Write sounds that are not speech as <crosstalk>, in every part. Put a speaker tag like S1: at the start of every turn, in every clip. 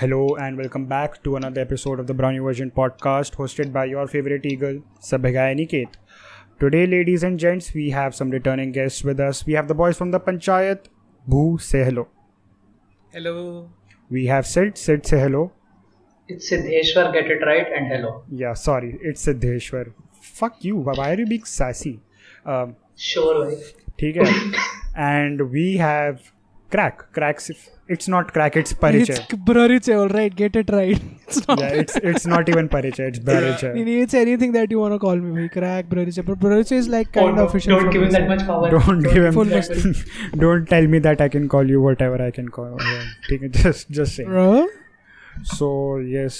S1: Hello and welcome back to another episode of the Brownie Version podcast hosted by your favorite eagle, Sabhagaya Niket. Today, ladies and gents, we have some returning guests with us. We have the boys from the Panchayat. Boo, say hello.
S2: Hello.
S1: We have Sid. Sid, say hello.
S3: It's Siddheshwar, get it right, and hello.
S1: Yeah, sorry, it's Siddheshwar. Fuck you. Why are you being sassy? Um,
S3: Sure, bhai.
S1: ठीक है and we have crack crack it's not crack it's परिचय
S4: It's Brariche, all right. Get it right. <laughs> It's uh, not.
S1: It's it's not even परिचय it's परिचय
S4: It's anything that you want to call me. bhai. Crack, Brariche. But Brariche is like
S3: Oh,
S4: kind
S3: no,
S4: of official.
S3: don't
S4: from
S3: give him
S4: this.
S3: that much power.
S1: Don't give
S4: full
S1: <laughs> him don't tell me that I can call you whatever I can call ठीक है just just say
S4: Bro?
S1: So yes,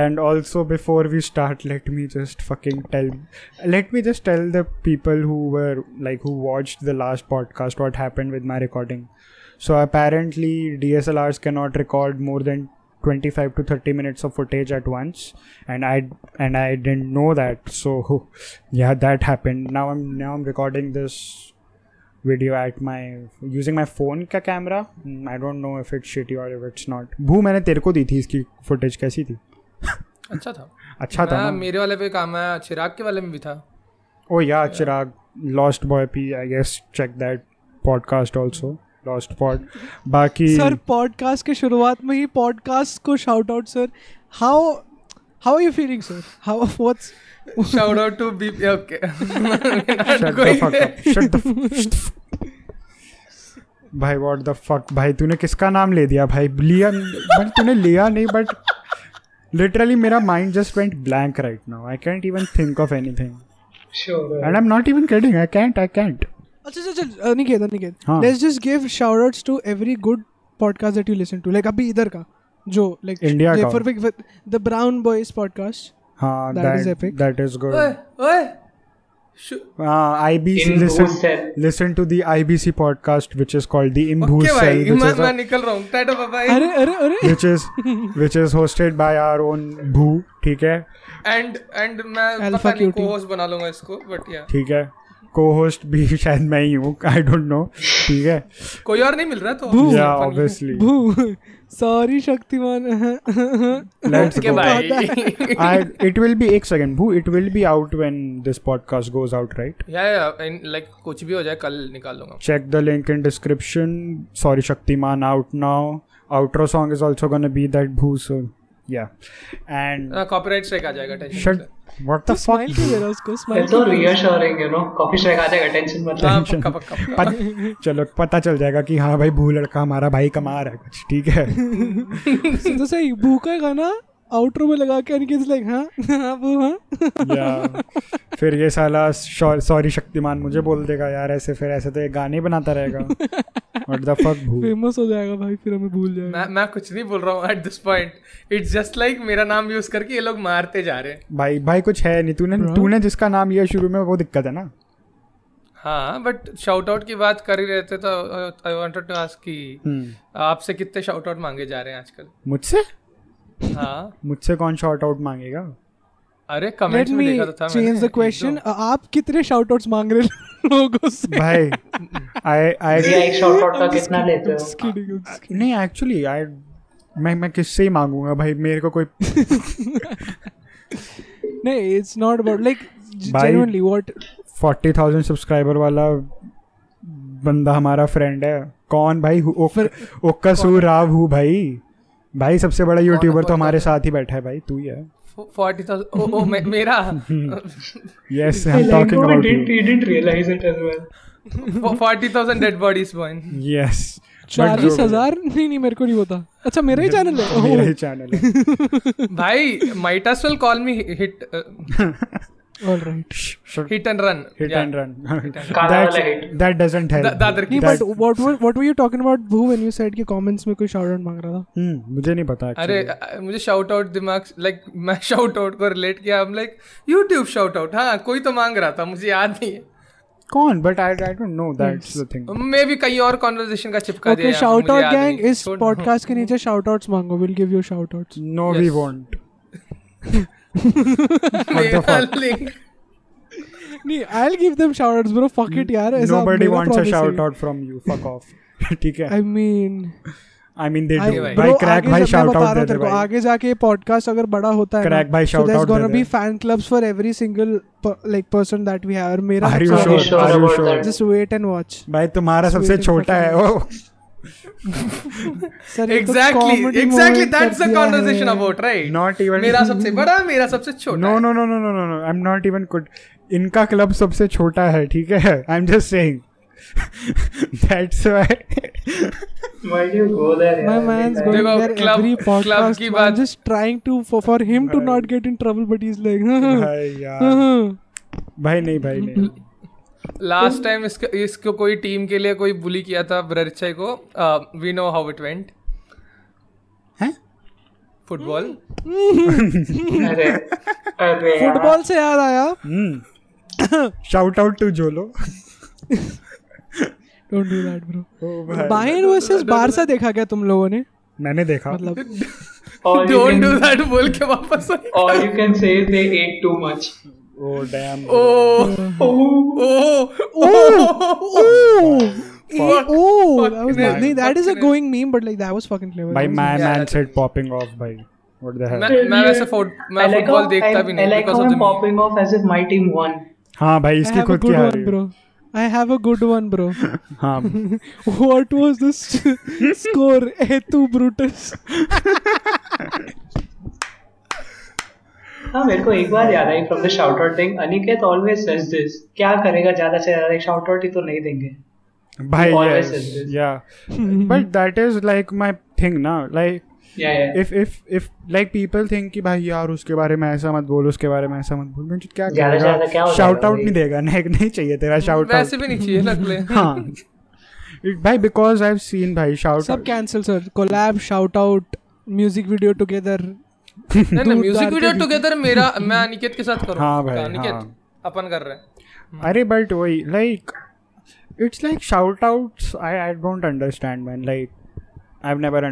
S1: and also before we start, let me just fucking tell, let me just tell the people who were like who watched the last podcast what happened with my recording. So apparently DSLRs cannot record more than 25 to 30 minutes of footage at once and I and I didn't know that so <laughs> yeah that happened now I'm now I'm recording this video at my using my phone Mm, का camera I don't know if it's shitty और if it's not Bhu मैंने तेरे को दी थी इसकी footage कैसी थी
S2: अच्छा था
S1: अच्छा था
S2: हाँ,
S1: ना
S2: मेरे वाले पे काम आया चिराग के वाले में भी था
S1: oh yeah Chirag lost boy P I guess check that podcast also lost pod बाकी
S4: सर पॉडकास्ट के शुरुआत में ही पॉडकास्ट को shout out sir how how are you feeling sir how what's
S2: shout out to be okay
S1: shut the fuck up shut the f- भाई what the fuck भाई तूने किसका नाम ले दिया भाई लिया बट तूने लिया नहीं बट लिटरली मेरा mind just went blank right now I can't even think of anything
S3: Sure, bhai.
S1: And I'm not even kidding. I can't. I can't.
S4: अच्छा चल चल अनिकेत अनिकेत
S1: हाँ.
S4: Let's just give shout outs to every good podcast that you listen to like अभी इधर का जो like
S1: India का.
S4: For the brown boys podcast
S1: Huh,
S4: That is epic.
S1: That is good.
S2: ओए
S1: Uh,
S2: ओए शु-
S1: IBC
S3: In whose
S1: listen.
S3: cell?
S1: Listen to the IBC podcast, which is called the Imbhu
S2: okay
S1: Cell,
S2: भाई
S1: which
S2: मैं
S1: is,
S2: मैं
S1: a,
S2: निकल रहा हूँ tata bye
S4: अरे अरे अरे
S1: which is which is hosted by our own Bhu. ठीक है,
S2: एंड एंड मैं
S4: Alpha
S2: पता नहीं
S4: cutie.
S2: co-host बना लूंगा इसको बट या
S1: ठीक है. Co-host भी <laughs> शायद मैं ही हूँ. I don't know. ठीक है.
S2: कोई और नहीं मिल रहा तो
S4: Boo.
S1: Yeah, obviously.
S4: भू <laughs> सॉरी शक्तिमान <laughs>
S1: Let's
S2: ओके
S4: तो
S1: go.
S2: भाई
S1: I, it will be एक second. Bhu, it will be out when this podcast goes out, right?
S2: या या लाइक कुछ भी हो जाए कल निकाल लूंगा
S1: check the link in description sorry shaktiman out now outro song is also gonna be that boo so yeah and
S2: copyright strike हाँ, आ जाएगा tension
S1: shut what the fuck
S4: smile क्यों दे रहा है उसको smile
S3: It's so reassuring, you know. Coffee strike आ जाएगा, tension मत ले.
S2: हाँ पक्का पक्का
S1: <laughs>
S2: पक्का।
S1: पत, चलो पता चल जाएगा कि हाँ भाई भू लड़का हमारा भाई कमा रहा है कुछ ठीक है
S4: <laughs> तो सही भूखा है गाना आउटरो में लगा के अनिकेत लाइक हाँ हाँ वो हाँ
S1: या फिर ये साला सॉरी शक्तिमान मुझे बोल देगा यार ऐसे फिर ऐसे तो ये गाने बनाता रहेगा what the fuck Bhu
S4: famous हो जाएगा भाई फिर हमें भूल जाएगा
S2: मैं मैं कुछ नहीं बोल रहा हूँ at this point it's just like मेरा नाम यूज करके ये लोग मारते जा रहे हैं
S1: भाई भाई कुछ है नहीं तूने तूने जिसका नाम लिया शुरू में वो दिक्कत है ना
S2: हाँ बट शाउट आउट की बात कर ही रहे थे तो आई वांटेड टू आस्क कि
S1: हम्म,
S2: आपसे कितने शाउट आउट मांगे जा रहे हैं आजकल
S1: मुझसे
S2: हाँ
S1: मुझसे कौन शॉर्ट आउट मांगेगा
S2: अरे
S4: लेट
S2: कमेंट्स में
S4: मी
S2: देखा तो था
S4: चेंज द क्वेश्चन आप कितने शाउटआउट्स मांग रहे <laughs> हो लोगों से
S1: भाई आई
S3: भैया,
S1: आई
S3: एक शॉर्ट आउट का कितना लेते
S4: I'm just
S3: हो
S4: kidding, I'm just
S1: नहीं एक्चुअली आई मैं मैं किससे ही मांगूंगा भाई मेरे को कोई
S4: kidding. नहीं इट्स नॉट अबाउट लाइक
S1: भाई-
S4: genuinely what
S1: forty thousand subscriber वाला बंदा हमारा फ्रेंड है कौन भाई हु- ओक- ओक्का सू राव हूँ भाई भाई सबसे बड़ा यूट्यूबर तो हमारे साथ ही बैठा है भाई तू ही है
S2: फोर्टी थाउजेंड ओ मे- मेरा
S1: yes I
S3: I
S1: am
S3: like
S1: talking
S3: how he
S1: about
S3: didn't,
S1: you
S3: he didn't realize it as well.
S2: Forty thousand dead bodies बॉइन
S1: यस
S4: <laughs> चालीस हजार नहीं नहीं मेरे को नहीं पता अच्छा मेरा ही चैनल है
S1: मेरा ही चैनल है
S2: भाई might as well call me hit
S4: alright
S2: hit and run
S1: hit and run
S3: काला वाला hit.
S1: दैट डजंट
S2: द- दादर
S1: हेल्प
S2: की
S4: नहीं but what what were you talking about Bhu when you said कि कमेंट्स में कोई शाउटआउट मांग रहा था
S1: हम्म, मुझे नहीं पता
S2: अरे
S1: actually.
S2: अ- मुझे शाउट आउट दिमाग लाइक मैं शाउट आउट को रिलेट किया हम लाइक यूट्यूब शाउट आउट हाँ कोई तो मांग रहा था मुझे याद नहीं है
S1: कौन but I I don't know that's the thing
S2: मे भी कहीं और कॉन्वर्जेशन का चिपका दिया यहाँ
S4: ओके
S2: पे,
S4: शाउट
S2: मुझे
S4: आउट
S2: याद
S4: गैंग
S2: नहीं।
S4: इस <laughs>
S2: छोड़-
S4: पॉडकास्ट के नीचे शाउट आउट्स मांगो will give you shout outs
S1: No, we
S2: Yes.
S1: won't.
S2: मेरा link-
S4: नहीं I will give them shout outs bro fuck it यार ऐसा
S1: <laughs> Nobody wants a shout out from you. Fuck off. ठीक है.
S4: I mean
S1: I mean they
S4: I-
S1: do
S2: भाई।
S1: भाई
S4: bro,
S1: crack
S4: आगे
S1: भाई
S4: से मैं
S1: शाउट
S4: बता
S1: आउट
S4: रहा
S1: दे
S4: हूँ तेरे
S1: दे
S4: को,
S1: भाई
S4: आगे जाके पॉडकास्ट अगर बड़ा होता है
S1: Crack भाई, shout out दे
S4: गोना
S1: दे।
S4: Be fan clubs for every single like person that we have और मेरा
S1: are you
S3: Are you
S1: sure
S3: sure
S1: are you
S3: about
S1: sure
S3: that?
S4: Just wait and watch
S1: भाई तुम्हारा सबसे
S4: Waiting for
S1: छोटा है
S4: someone.
S1: Oh
S4: sir
S2: exactly exactly that's the conversation about right
S1: not even
S2: मेरा सबसे बड़ा मेरा सबसे छोटा
S1: no no no no no no no I am not even good इनका क्लब सबसे छोटा है ठीक है I am just <laughs> saying that's why
S3: Why do you go there?
S4: My
S3: yeah,
S4: man's
S3: every
S4: going
S2: देखो,
S3: time?
S4: there
S2: club-
S4: every
S2: club
S4: podcast.
S2: की
S4: I'm
S2: बात-
S4: just trying to for, for him to not get in trouble, but he's like, <laughs>
S1: भाई
S4: हम्म,
S1: यार भाई नहीं भाई नहीं
S2: लास्ट टाइम इसको इसको कोई टीम के लिए कोई बुली किया था ब्ररचे को uh, we know how it went
S1: हैं?
S2: फुटबॉल
S3: अरे अरे यार,
S4: फुटबॉल से याद आया
S1: हम्म shout out to जोलो
S4: don't do that bro
S1: <laughs> oh भाई
S4: बायर्न वर्सेस बारसा देखा क्या तुम लोगों ने
S1: मैंने देखा
S4: मतलब
S2: <laughs>
S3: all you
S2: don't
S3: can-
S2: do that बोल के वापस आए।
S3: All you can say is they ate too much.
S4: मतलब-
S1: oh damn
S2: oh oh
S4: oh
S2: Fuck.
S4: Oh
S2: Fucking
S4: that was
S2: hell.
S4: not- नहीं that is a
S2: Fucking hell.
S4: going meme but like that was fucking clever
S1: भाई
S4: That was
S1: मैं
S2: Yeah,
S1: man
S2: that's-
S1: set popping off भाई what the hell
S2: मैं मैं वैसे foot मैं
S3: I like
S2: football
S3: how
S2: देखता
S3: I'm-
S2: भी
S3: I
S2: नहीं
S3: like
S2: because
S3: how
S2: of
S3: I'm
S2: the meme
S3: popping off as if my team won.
S1: हाँ भाई
S4: I
S1: इसकी
S4: have a
S1: खुद की
S4: good
S1: आ
S4: one,
S1: रही है
S4: bro. I have a good one,
S2: <laughs>
S4: bro. <laughs>
S1: हाँ
S4: what was the st-
S2: <laughs>
S4: score? Etu Brutus.
S3: हाँ मेरे को एक बार याद आई from the shout out thing Aniket always says this क्या करेगा ज्यादा से ज्यादा एक शाउट आउट ही तो नहीं देंगे
S1: भाई
S3: Always
S1: yes,
S3: is this.
S1: yeah but that is like my thing ना like
S3: या या
S1: if if if like people think कि भाई यार उसके बारे में ऐसा मत बोल उसके बारे में ऐसा मत बोल मैं क्या
S3: ज्यादा से ज्यादा
S1: करेगा
S3: क्या हो
S1: शाउट
S3: जाएगा
S1: आउट
S3: भाई?
S1: नहीं देगा नहीं नहीं चाहिए तेरा शाउट आउट
S2: वैसे भी नहीं चाहिए लगले
S1: हाँ It- भाई बिकॉज आई हैव सीन भाई shout
S4: Sub cancel, sir. Collab, shout out, music video together.
S2: नहीं नहीं
S4: दूर
S2: म्यूजिक
S4: दार
S2: वीडियो
S4: के
S2: टुगेदर मेरा मैं अनिकेत के साथ करूँ
S1: हाँ भाई,
S2: अनिकेत
S1: हाँ।
S2: अपन कर रहे हैं
S4: Hmm.
S1: अरे बट वही like it's like shout outs I I don't understand man like I have never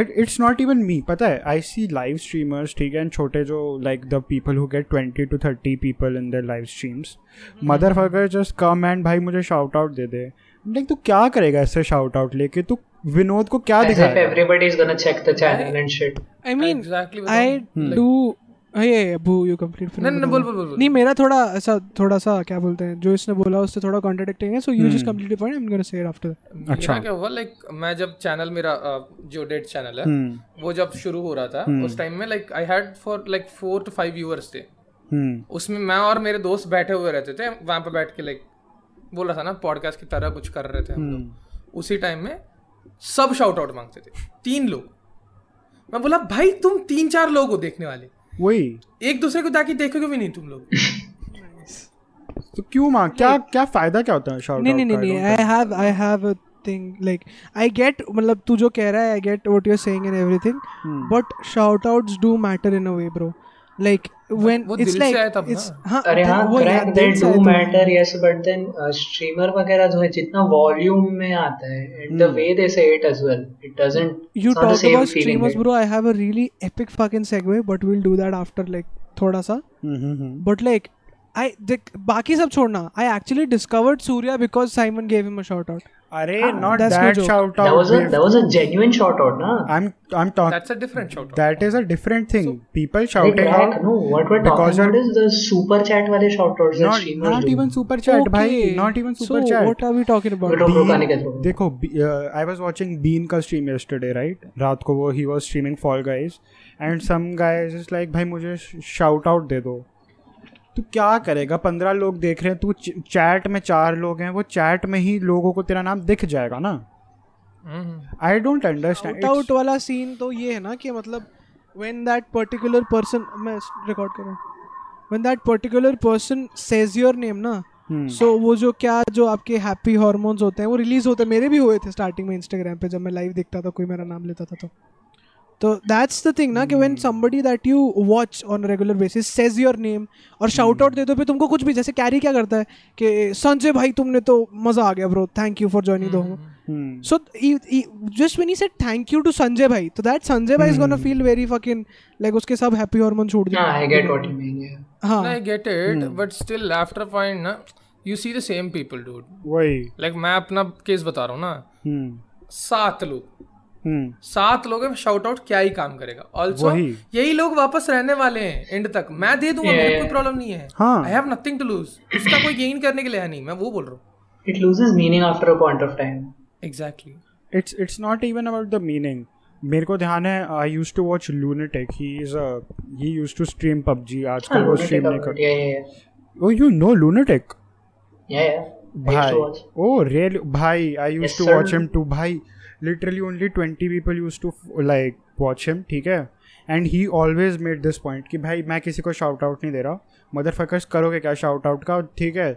S1: it's not even me पता है आई सी लाइव स्ट्रीमर्स ठीक है एंड छोटे जो like the people who get twenty two thirty people in their live streams
S4: Hmm.
S1: Motherfucker just come and भाई मुझे shout out दे दे लाइक तू क्या करेगा इससे शाउट आउट लेके तू विनोद को क्या
S3: एज इफ
S1: दिखाएगा
S3: everybody is gonna check the channel and shit
S4: I mean,
S2: Exactly what
S4: I
S1: Hmm.
S4: do. अरे अबू यू कंप्लीट
S2: नहीं नहीं बोल बोल बोल बोल।
S4: नहीं मेरा थोड़ा ऐसा थोड़ा सा क्या बोलते हैं जो इसने बोला उससे थोड़ा कॉन्ट्रडिक्टिंग है so you
S2: Hmm.
S4: Just complete point I am gonna say it after
S1: अच्छा।
S2: मेरा क्या हुआ लाइक मैं जब चैनल मेरा अ, जो डेट चैनल है
S1: हम्म
S2: वो जब शुरू हो रहा था उस टाइम में like I had for like four to five viewers थे
S1: हम्म
S2: उसमें मैं और मेरे दोस्त बैठे हुए रहते थे वहां पर बैठ के लाइक बोला था ना पॉडकास्ट की तरह कुछ कर रहे थे हम
S1: hmm।
S2: लोग उसी टाइम में सब शाउट आउट मांगते थे तीन लोग मैं बोला भाई तुम तीन चार लोग हो देखने वाले
S1: वही
S2: एक दूसरे को ताकि देखोगे भी नहीं तुम लोग
S1: तो क्यों माँ क्या क्या फायदा क्या होता है शाउट
S4: नहीं नहीं नहीं नहीं I have I have a thing like I get मतलब तू जो कह रहा है I get what you are saying and
S2: Hmm.
S4: Everything but shout outs do matter in a way bro like when
S2: वो दिल
S4: इट्स
S2: से
S4: लाइक
S2: आया तब
S4: इट्स
S2: ना।
S4: हां
S3: अरे हाँ
S4: वो
S3: क्रैक
S4: यार
S3: दे
S4: दिल से
S3: डू
S4: आया तब।
S3: Matter yes but then streamer uh, वगैरह जो है जितना वॉल्यूम में आता है and the way they say it as well it doesn't
S4: hmm. You talk about streamers, bro. I have a really epic fucking segue, but we'll do that after like थोड़ा सा.
S1: नहीं
S4: But like, I देख बाकी सब छोड़ना. I actually discovered Surya because Simon gave him a shout out.
S1: अरे not
S4: हाँ, that's no
S1: that
S4: joke.
S1: Shout
S3: That was a
S1: out
S3: that was a genuine shout out ना
S1: I'm I'm talking.
S2: That's a different shout out
S1: That is a different thing. People
S3: Like,
S1: shouting
S3: heck,
S1: out.
S3: no, what we're talking
S1: because
S3: about
S1: you're-
S3: is the super chat वाले shout outs that
S1: Not,
S3: streamers
S1: not
S3: do.
S1: even super chat,
S4: Okay.
S1: भाई. Not even super
S4: so
S1: chat.
S4: what are we talking about?
S3: Bro, bro,
S1: Bean-
S3: गाने के through.
S1: देखो uh, I was watching Bean का stream yesterday right रात को वो he was streaming for all guys and some guys is like भाई मुझे shout out दे दो तू क्या करेगा पंद्रह लोग देख रहे हैं तू चैट में चार लोग हैं वो चैट में ही लोगों को तेरा नाम दिख जाएगा ना
S2: हम्म।
S1: I don't
S4: Shout
S1: understand
S4: out वाला scene तो ये है ना कि मतलब when that particular person मैं record कर रहा हूँ. When that particular person says your name ना.
S1: हम्म,
S4: सो वो जो क्या जो आपके हैप्पी हॉर्मोन्स होते हैं वो रिलीज होते हैं मेरे भी हुए थे स्टार्टिंग में इंस्टाग्राम पे जब मैं लाइव देखता था कोई मेरा नाम लेता था तो तो दैट्स द थिंग ना कि
S3: Hmm.
S4: When somebody that you watch on regular basis says your name और शाउट
S3: Hmm.
S4: आउट दे दो पे तुमको कुछ भी जैसे कैरी क्या करता है कि संजय भाई तुमने तो मजा आ गया bro thank you for joining
S3: Hmm.
S4: दो so e, just when he said thank you to Sanjay भाई तो दैट संजय भाई is gonna feel very fucking like उसके सब हैप्पी हार्मोन छूट
S3: Hmm. हाँ,
S4: जाए
S3: I get what you mean, yeah.
S4: हाँ
S2: I get it
S1: Hmm.
S2: But still after point ना you see the same people dude
S1: वही
S2: लाइक मैं अपना केस बता रहा हूँ ना
S1: हम्म
S2: सात लोग
S1: हम्म
S2: सात लोग हैं शाउट आउट क्या ही काम करेगा ऑल्सो
S1: वही।
S2: यही लोग वापस रहने वाले हैं एंड तक मैं दे दूंगा मेरे को कोई प्रॉब्लम नहीं है
S1: हाँ।
S2: I have nothing to lose इसका कोई गेन करने के लिए है नहीं मैं वो बोल रहा हूँ
S3: It loses meaning after a point of time.
S2: Exactly
S1: it's it's not even about the meaning मेरे को ध्यान है I use to watch Lunatic he is a he use to stream PUBG आजकल वो
S3: हाँ, Lunatic
S1: स्ट्रीम नहीं कर Oh,
S3: Outlet, yeah, yeah, yeah.
S1: Oh you know Lunatic
S3: Yeah, yeah. I used to watch.
S1: भाई ओ रियल भाई I use
S3: Yes,
S1: to
S3: sir.
S1: Watch him too भाई literally only 20 people use to like watch him ठीक है and he always made this point कि भाई मैं किसी को शाउट आउट नहीं दे रहा मदर फकर्स करोगे क्या शाउट आउट का ठीक है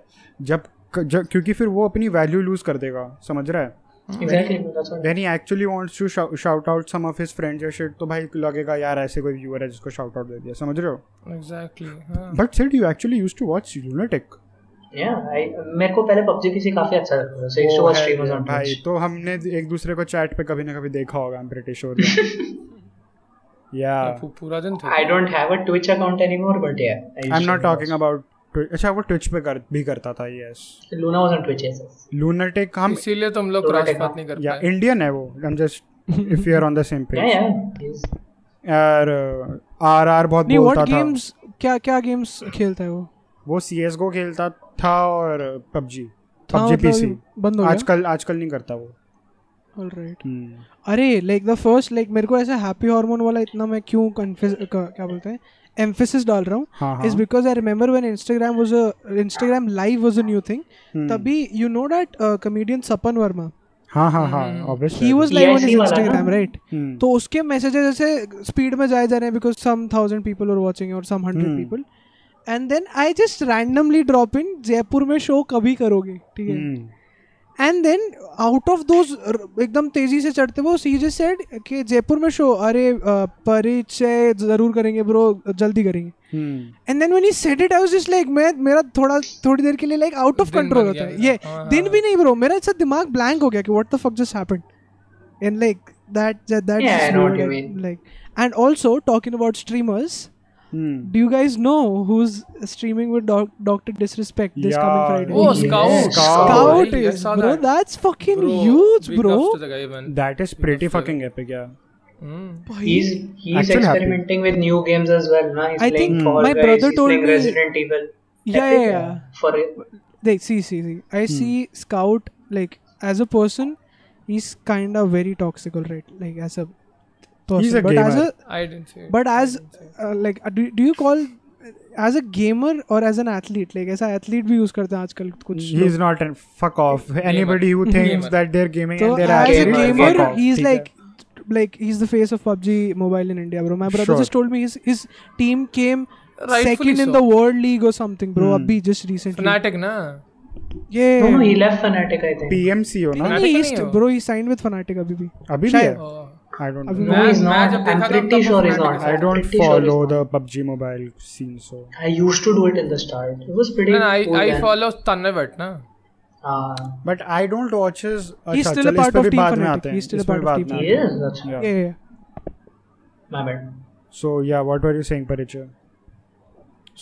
S1: जब जब क्योंकि फिर वो अपनी वैल्यू लूज कर देगा समझ रहा है
S4: Hmm.
S3: Exactly. That's what.
S1: Then he actually wants to shout out some of his friends या शिट तो भाई लगेगा यार ऐसे कोई व्यूअर है जिसको शाउट आउट दे दिया समझ रहे हो
S2: एग्जैक्टली हाँ
S1: but Sid you actually used to watch Lunatic
S3: Yeah, I मेरे को पहले PUBG PC काफी अच्छा लगता था. So I used to watch streamers on
S1: भाई
S3: Twitch.
S1: तो हमने एक दूसरे को चैट पे कभी ना कभी देखा होगा आई एम प्रीटी श्योर
S3: <laughs>
S1: या
S4: हाँ।
S1: आई
S2: पू- पूरा दिन
S3: I
S2: था
S3: don't have a Twitch account anymore, but yeah. I used
S1: am
S3: to
S1: not talking
S3: watch.
S1: About अच्छा वो ट्विच पे कर भी करता था yes
S3: Luna was on Twitch, yes. yes.
S1: Lunatic हम
S2: इसीलिए तुम लोग
S3: थोड़ा
S2: क्रॉस
S3: तो देखा।
S2: बात नहीं कर
S1: या
S2: पाए
S1: इंडियन है वो I am just if you are on the same
S3: <laughs> Yeah,
S1: page
S3: yeah. He's-
S1: यार आर आर बहुत
S4: नहीं व्हाट
S1: बोलता था
S4: गेम्स क्या क्या गेम्स खेलता है वो
S1: वो CS:GO खेलता था और PUBG
S4: था
S1: PUBG
S4: मतलब
S1: PC
S4: ये बंद हो गया हम्म।
S1: आजकल आजकल नहीं करता वो
S4: ऑलराइट अरे लाइक द फर्स्ट लाइक मेरे को ऐसा हैप्पी हार्मोन वाला इतना मैं क्यों कन्फ्यूज क्या बोलते हैं एम्फेसिस डाल रहा हूँ
S1: हाँ
S4: इज
S1: हाँ
S4: because I remember when Instagram was a Instagram live was a new thing
S1: हम्म।
S4: तभी you know that comedian Sapan Verma
S1: हाँ हाँ हाँ हम्म,
S4: he
S1: obviously
S4: was live on
S3: PIC
S4: his
S3: वाला ना?
S4: इंस्टाग्राम राइट हम्म। तो उसके मैसेजेस ऐसे स्पीड में जाए जा रहे हैं बिकॉज सम थाउजेंड पीपल और वॉचिंग और some hundred
S1: Hmm.
S4: People and then I just randomly drop in Jaipur में शो कभी करोगे ठीक
S1: हम्म।
S4: है and then out of those एकदम तेजी से चढ़ते वो सी जस्ट सेड कि जयपुर में शो अरे अ, परिचय जरूर करेंगे ब्रो जल्दी करेंगे
S1: हम्म,
S4: and then when he said it I was just like मैं मेरा थोड़ा थोड़ी देर के लिए लाइक आउट ऑफ
S2: दिन
S4: कंट्रोल
S2: बन
S4: होता
S2: गया
S4: है
S2: मेरा।
S4: ये
S2: हाँ,
S4: दिन
S2: हाँ,
S4: भी नहीं ब्रो मेरा ऐसा दिमाग ब्लैंक हो गया कि what the fuck just happened and like that that
S3: Yeah, I know what you mean.
S4: Like and also talking about streamers
S1: हम्म।
S4: Do you guys know who is streaming with doctor disrespect this
S1: Yeah.
S4: Coming Friday
S2: Oh,
S3: Yes.
S2: Scout.
S1: Scout.
S2: Oh,
S4: Scout
S2: I- I
S4: is,
S2: saw
S4: bro.
S2: that.
S4: That's fucking
S2: Bro,
S4: huge,
S2: big
S4: bro.
S2: ups to the guy, man.
S1: That is pretty
S3: uh,
S1: fucking epic या
S2: Hmm.
S3: He's he's
S1: Actually happy.
S3: experimenting with new games as well. Na?
S4: I
S3: He's playing
S4: think
S3: Fall
S4: my
S3: Guys,
S4: brother
S3: he's
S4: told
S3: playing
S4: me-
S3: Resident Evil.
S4: Yeah,
S3: Epic,
S4: yeah, yeah.
S3: For it.
S4: Like, see, see, see. I
S1: Hmm.
S4: see Scout like as a person, he's kind of very toxic, right? Like as a person,
S1: He's a
S4: but as
S1: gamer.
S4: a
S2: I didn't see it.
S4: but
S2: I
S4: as
S2: didn't see it.
S4: uh, like uh, do, do you call as a gamer or as an athlete? Like ऐसा athlete भी use करते हैं आजकल कुछ
S1: ही is not an fuck off anybody who thinks
S2: Gamer.
S1: That they are gaming
S4: So
S1: and they
S4: as
S1: are
S4: a
S3: athlete,
S1: gaming
S3: fuck
S4: gamer,
S3: off,
S4: he's like like he's the face of PUBG mobile in India, bro. My brother
S1: Sure.
S4: just told me his his team came
S2: Rightfully
S4: second in
S2: so.
S4: the World League or something, bro. Abhi just recently.
S2: Fnatic ना
S4: Yeah.
S3: No, no, he left Fnatic, I think.
S1: PMC हो ना
S2: Fnatic
S4: नहीं
S2: का
S4: he
S2: नहीं
S4: st-
S2: हो?
S4: bro he signed with Fnatic अभी भी
S1: अभी भी
S4: शायद।
S1: है
S2: Oh.
S1: आई डोंट
S4: अभी
S1: नो
S3: No,
S2: मैं-
S3: he's
S2: मैं
S3: not.
S2: जब
S3: I'm
S2: देखा था
S3: pretty
S2: तब
S3: sure he's
S2: Fnatic
S3: not.
S2: था।
S1: I
S3: I'm
S1: don't
S3: pretty sure he's
S1: follow
S3: not.
S1: The PUBG mobile scene so
S3: I used to do it in the start. It was pretty.
S2: No, no, I
S3: cool
S2: I
S3: then.
S2: follow Tanvit ना
S3: Ah,
S1: but I don't watch his
S4: He's
S1: अच्छा
S4: still a
S1: चल इस
S4: part
S1: पे
S4: of
S1: भी
S4: Team
S1: बाद में
S4: Fnatic.
S1: आते हैं
S4: He's still a
S1: इस पे
S4: part
S1: भी
S4: of
S1: बाद
S4: Team
S1: में
S4: Fnatic.
S1: आते
S3: he is. That's
S1: हैं
S4: yeah.
S1: Yeah.
S4: yeah yeah.
S3: my bad.
S1: so yeah what were you saying परिचय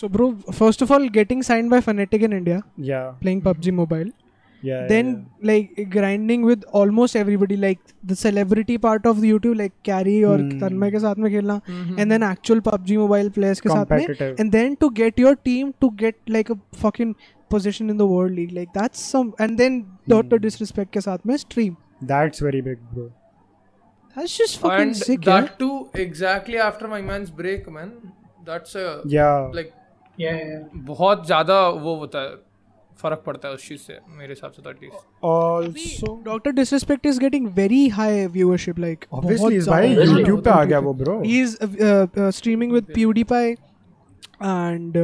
S4: so bro first of all getting signed by Fnatic in India
S1: yeah
S4: playing PUBG mobile
S1: yeah
S4: then like grinding with almost everybody like the celebrity part of YouTube like Carry और
S1: Hmm.
S4: तन्मय के साथ में खेलना and then actual PUBG mobile players के साथ में
S1: Mm-hmm. Competitive.
S4: and then to get your team to get like a fucking position in the world league like that's some and then Doctor
S1: Hmm.
S4: Disrespect के साथ में stream
S1: That's very big, bro.
S4: that's just fucking
S2: and
S4: sick yeah.
S2: that too exactly after my man's break man that's a
S1: Yeah.
S2: like
S3: Yeah, yeah.
S2: बहुत ज्यादा वो होता है फर्क पड़ता है उस चीज से मेरे हिसाब से तो at least
S1: also,
S4: doctor disrespect is getting very high viewership like
S1: obviously, इस भाई YouTube पे आ गया वो bro.
S4: He is streaming with uh, PewDiePie एंड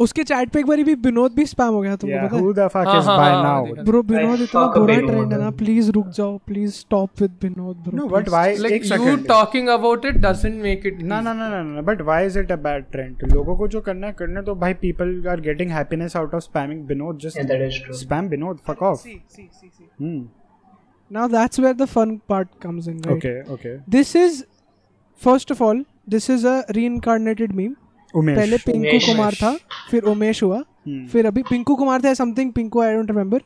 S4: उसके चैट पे एक बारी भी विनोद भी स्पैम हो गया तुमको
S1: Yeah.
S4: पता है
S1: Who the fuck
S2: हाँ,
S1: is
S2: हाँ,
S1: by
S2: हाँ,
S1: now?
S2: देखा।
S4: ब्रो विनोद इतना
S3: fuck
S4: बुरा
S3: विनोद।
S4: ट्रेंड है ना प्लीज रुक जाओ please stop with Vinod bro
S1: No, but why? एक
S2: like you
S1: second.
S2: talking about it doesn't make it
S1: No, no, no, no, no. But why is it a bad trend? लोगों को जो करना है करने तो भाई people are getting happiness out of spamming Binod. Just
S3: Yeah, that is true.
S1: spam Binod. Fuck off. Hmm.
S4: Now that's where the fun part comes in right
S1: Okay, okay.
S4: This is first of all this is a reincarnated meme
S1: Umesh.
S4: पहले पिंकू
S3: उमेश।
S4: कुमार था फिर उमेश हुआ
S1: Hmm. हम्म।
S4: फिर अभी पिंकू कुमार था something Pinku I don't remember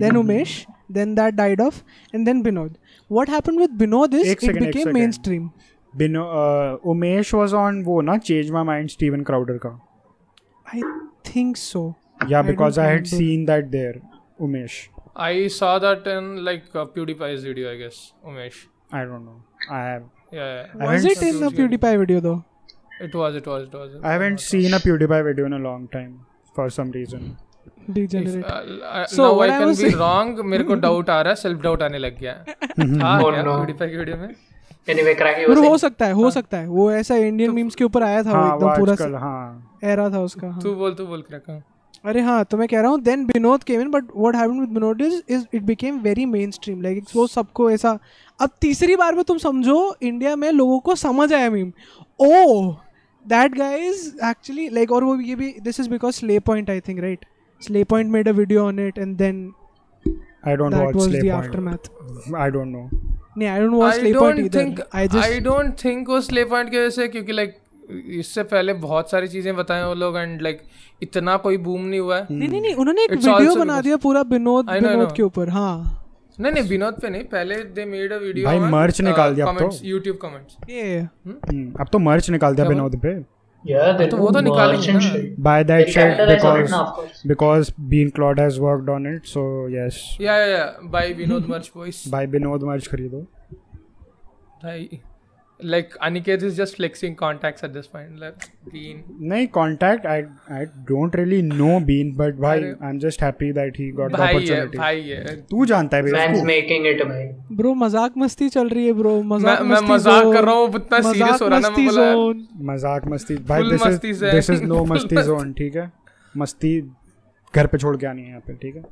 S4: then Umesh then that died off, and then Binod. What happened with Binod is
S1: एक
S4: it
S1: second, एक
S4: became
S1: second.
S4: mainstream.
S1: Binod uh, Umesh was on वो ना change my mind Steven Crowder का
S4: I think so.
S1: या
S4: I
S1: because
S4: don't
S1: I had
S4: remember.
S1: Seen that there Umesh
S2: I saw that in like uh, PewDiePie's video, I guess. Umesh.
S1: I don't no I have
S2: Yeah, yeah.
S4: Was
S1: haven't
S4: it in a PewDiePie video though?
S2: It was, it was, it was.
S1: I haven't
S4: Oh,
S1: seen a PewDiePie video in a long time for some reason. uh,
S4: Degenerate. So,
S2: so
S4: what
S2: Uh, I
S4: I
S2: can
S4: was
S2: be
S4: saying-
S2: wrong मेरे को doubt आ रहा है self doubt आने लग
S1: <laughs>
S2: गया है हाँ
S3: Oh,
S2: क्या
S3: no.
S2: PewDiePie की वीडियो में
S3: एनीवे क्रैक
S4: पर हो सकता है हो सकता है वो ऐसा इंडियन मीम्स के ऊपर आया था
S1: तो-
S4: वो
S1: हाँ वो
S4: तो एकदम पूरा
S1: आजकल हाँ
S4: एरा था उसका हाँ
S2: तू बोल तू बोल क्रैक हाँ
S4: अरे हाँ तो मैं कह रहा हूँ then Vinod came in but what happened with Vinod is is it became very mainstream like वो सबको ऐसा अब तीसरी बार में तुम समझो इंडिया में लोगों को समझ आया Oh, meme oh that guy is actually like और वो ये भी this is because slay point I think right slay point made a video on it and then
S1: I don't
S4: that
S1: watch
S4: was
S1: Slay
S4: the
S1: Point.
S4: Aftermath
S1: I don't know.
S4: नहीं I don't watch
S2: I
S4: slay point
S2: don't think
S4: either I
S2: I
S4: just
S2: don't think वो slay Point की वजह से क्योंकि like इससे पहले बहुत सारी चीजें बताएं वो लोग एंड लाइक इतना कोई बूम नहीं हुआ है
S4: नहीं नहीं नहीं उन्होंने एक
S2: It's
S4: वीडियो
S2: also
S4: बना
S2: because-
S4: दिया पूरा Vinod
S2: I know, I
S4: Vinod
S2: know.
S4: के ऊपर हाँ
S2: नहीं नहीं विनोद पे नहीं पहले दे मेड अ वीडियो
S1: भाई, merch निकाल दिया अब तो।
S2: कमेंट्स यूट्यूब कमेंट्स
S4: ये
S1: Hmm. अब तो मर्च निकाल दिया विनोद पे
S3: या
S2: तो वो तो निकालेंगे ना।
S1: Buy that
S3: They
S1: shit
S3: capitalize on it
S1: because
S3: now, of course.
S1: because Bean Claude has worked on it. So yes,
S2: yeah yeah yeah buy
S1: <laughs>
S2: Binod merch voice
S1: buy Binod merch खरीदो.
S2: भाई like Aniket is just flexing contacts at this point like bean
S1: नहीं contact I I don't really know Bean but भाई I'm just happy that he got the
S2: भाई है
S1: opportunity.
S2: भाई है
S1: तू जानता है
S3: फैंस
S1: बेवकूफ
S3: मेकिंग इट भाई
S4: ब्रो मजाक मस्ती चल रही है ब्रो मजाक
S2: मैं- मैं
S4: मस्ती
S2: मजाक
S4: zone,
S2: कर रहा हूँ, इतना
S4: मजाक
S2: serious हो रहा ना, मैं
S4: मस्ती
S2: बोला यार।
S4: zone।
S1: मजाक मस्ती भाई
S2: Full
S1: this is
S2: मस्ती से।
S1: this is no
S2: <laughs> Full
S1: मस्ती
S2: मस्ती।
S1: zone ठीक है मस्ती घर पे छोड़ के आनी है यहाँ पे ठीक है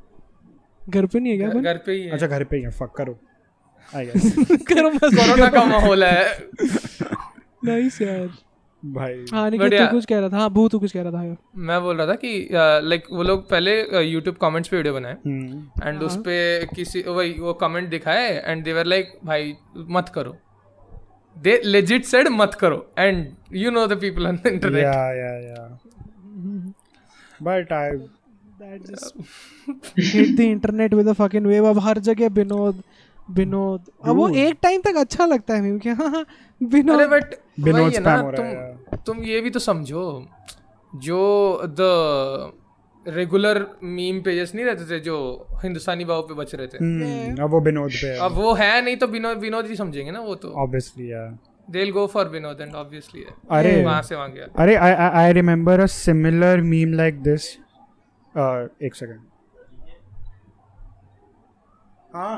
S4: घर पे नहीं है क्या अपन?
S2: घर पे ही है
S1: अच्छा घर पे ही है फक करो आई गेस
S4: करो मजाक
S2: कोरोना का माहौल है
S4: नाइस यार
S1: <laughs> भाई
S4: हाँ निखिल
S2: बढ़िया।
S4: तू कुछ कह रहा था हाँ भू तू कुछ कह रहा था यार
S2: मैं बोल रहा था कि लाइक वो लोग पहले यूट्यूब कमेंट्स पे वीडियो बनाए
S1: हम्म
S2: एंड उस पे किसी वही वो कमेंट दिखाए एंड देवर लाइक भाई मत करो दे लेजिट सेड मत करो and you know the people on internet
S1: Yeah, yeah, yeah. But I
S4: hit the internet with a fucking wave अब हर जगह विनोद विनोद अब वो एक टाइम तक अच्छा लगता है मेरे को कि हाँ हाँ
S2: अरे
S4: विनोद
S2: बट
S1: बिनोद
S2: वही है ना
S1: spam हो रहा है,
S2: तुम तुम ये भी तो समझो जो द रेगुलर मीम पेजेस नहीं रहते थे जो हिंदुस्तानी बाबू पे बच रहे थे
S1: hmm, अब वो विनोद पे है
S2: अब वो है नहीं तो विनोद विनोद ही समझेंगे ना वो तो
S1: obviously yeah.
S2: They go for Binod and obviously
S1: अरे
S2: वहां से वहां गया
S1: अरे I I I remember a similar meme like this. Uh, एक second. हाँ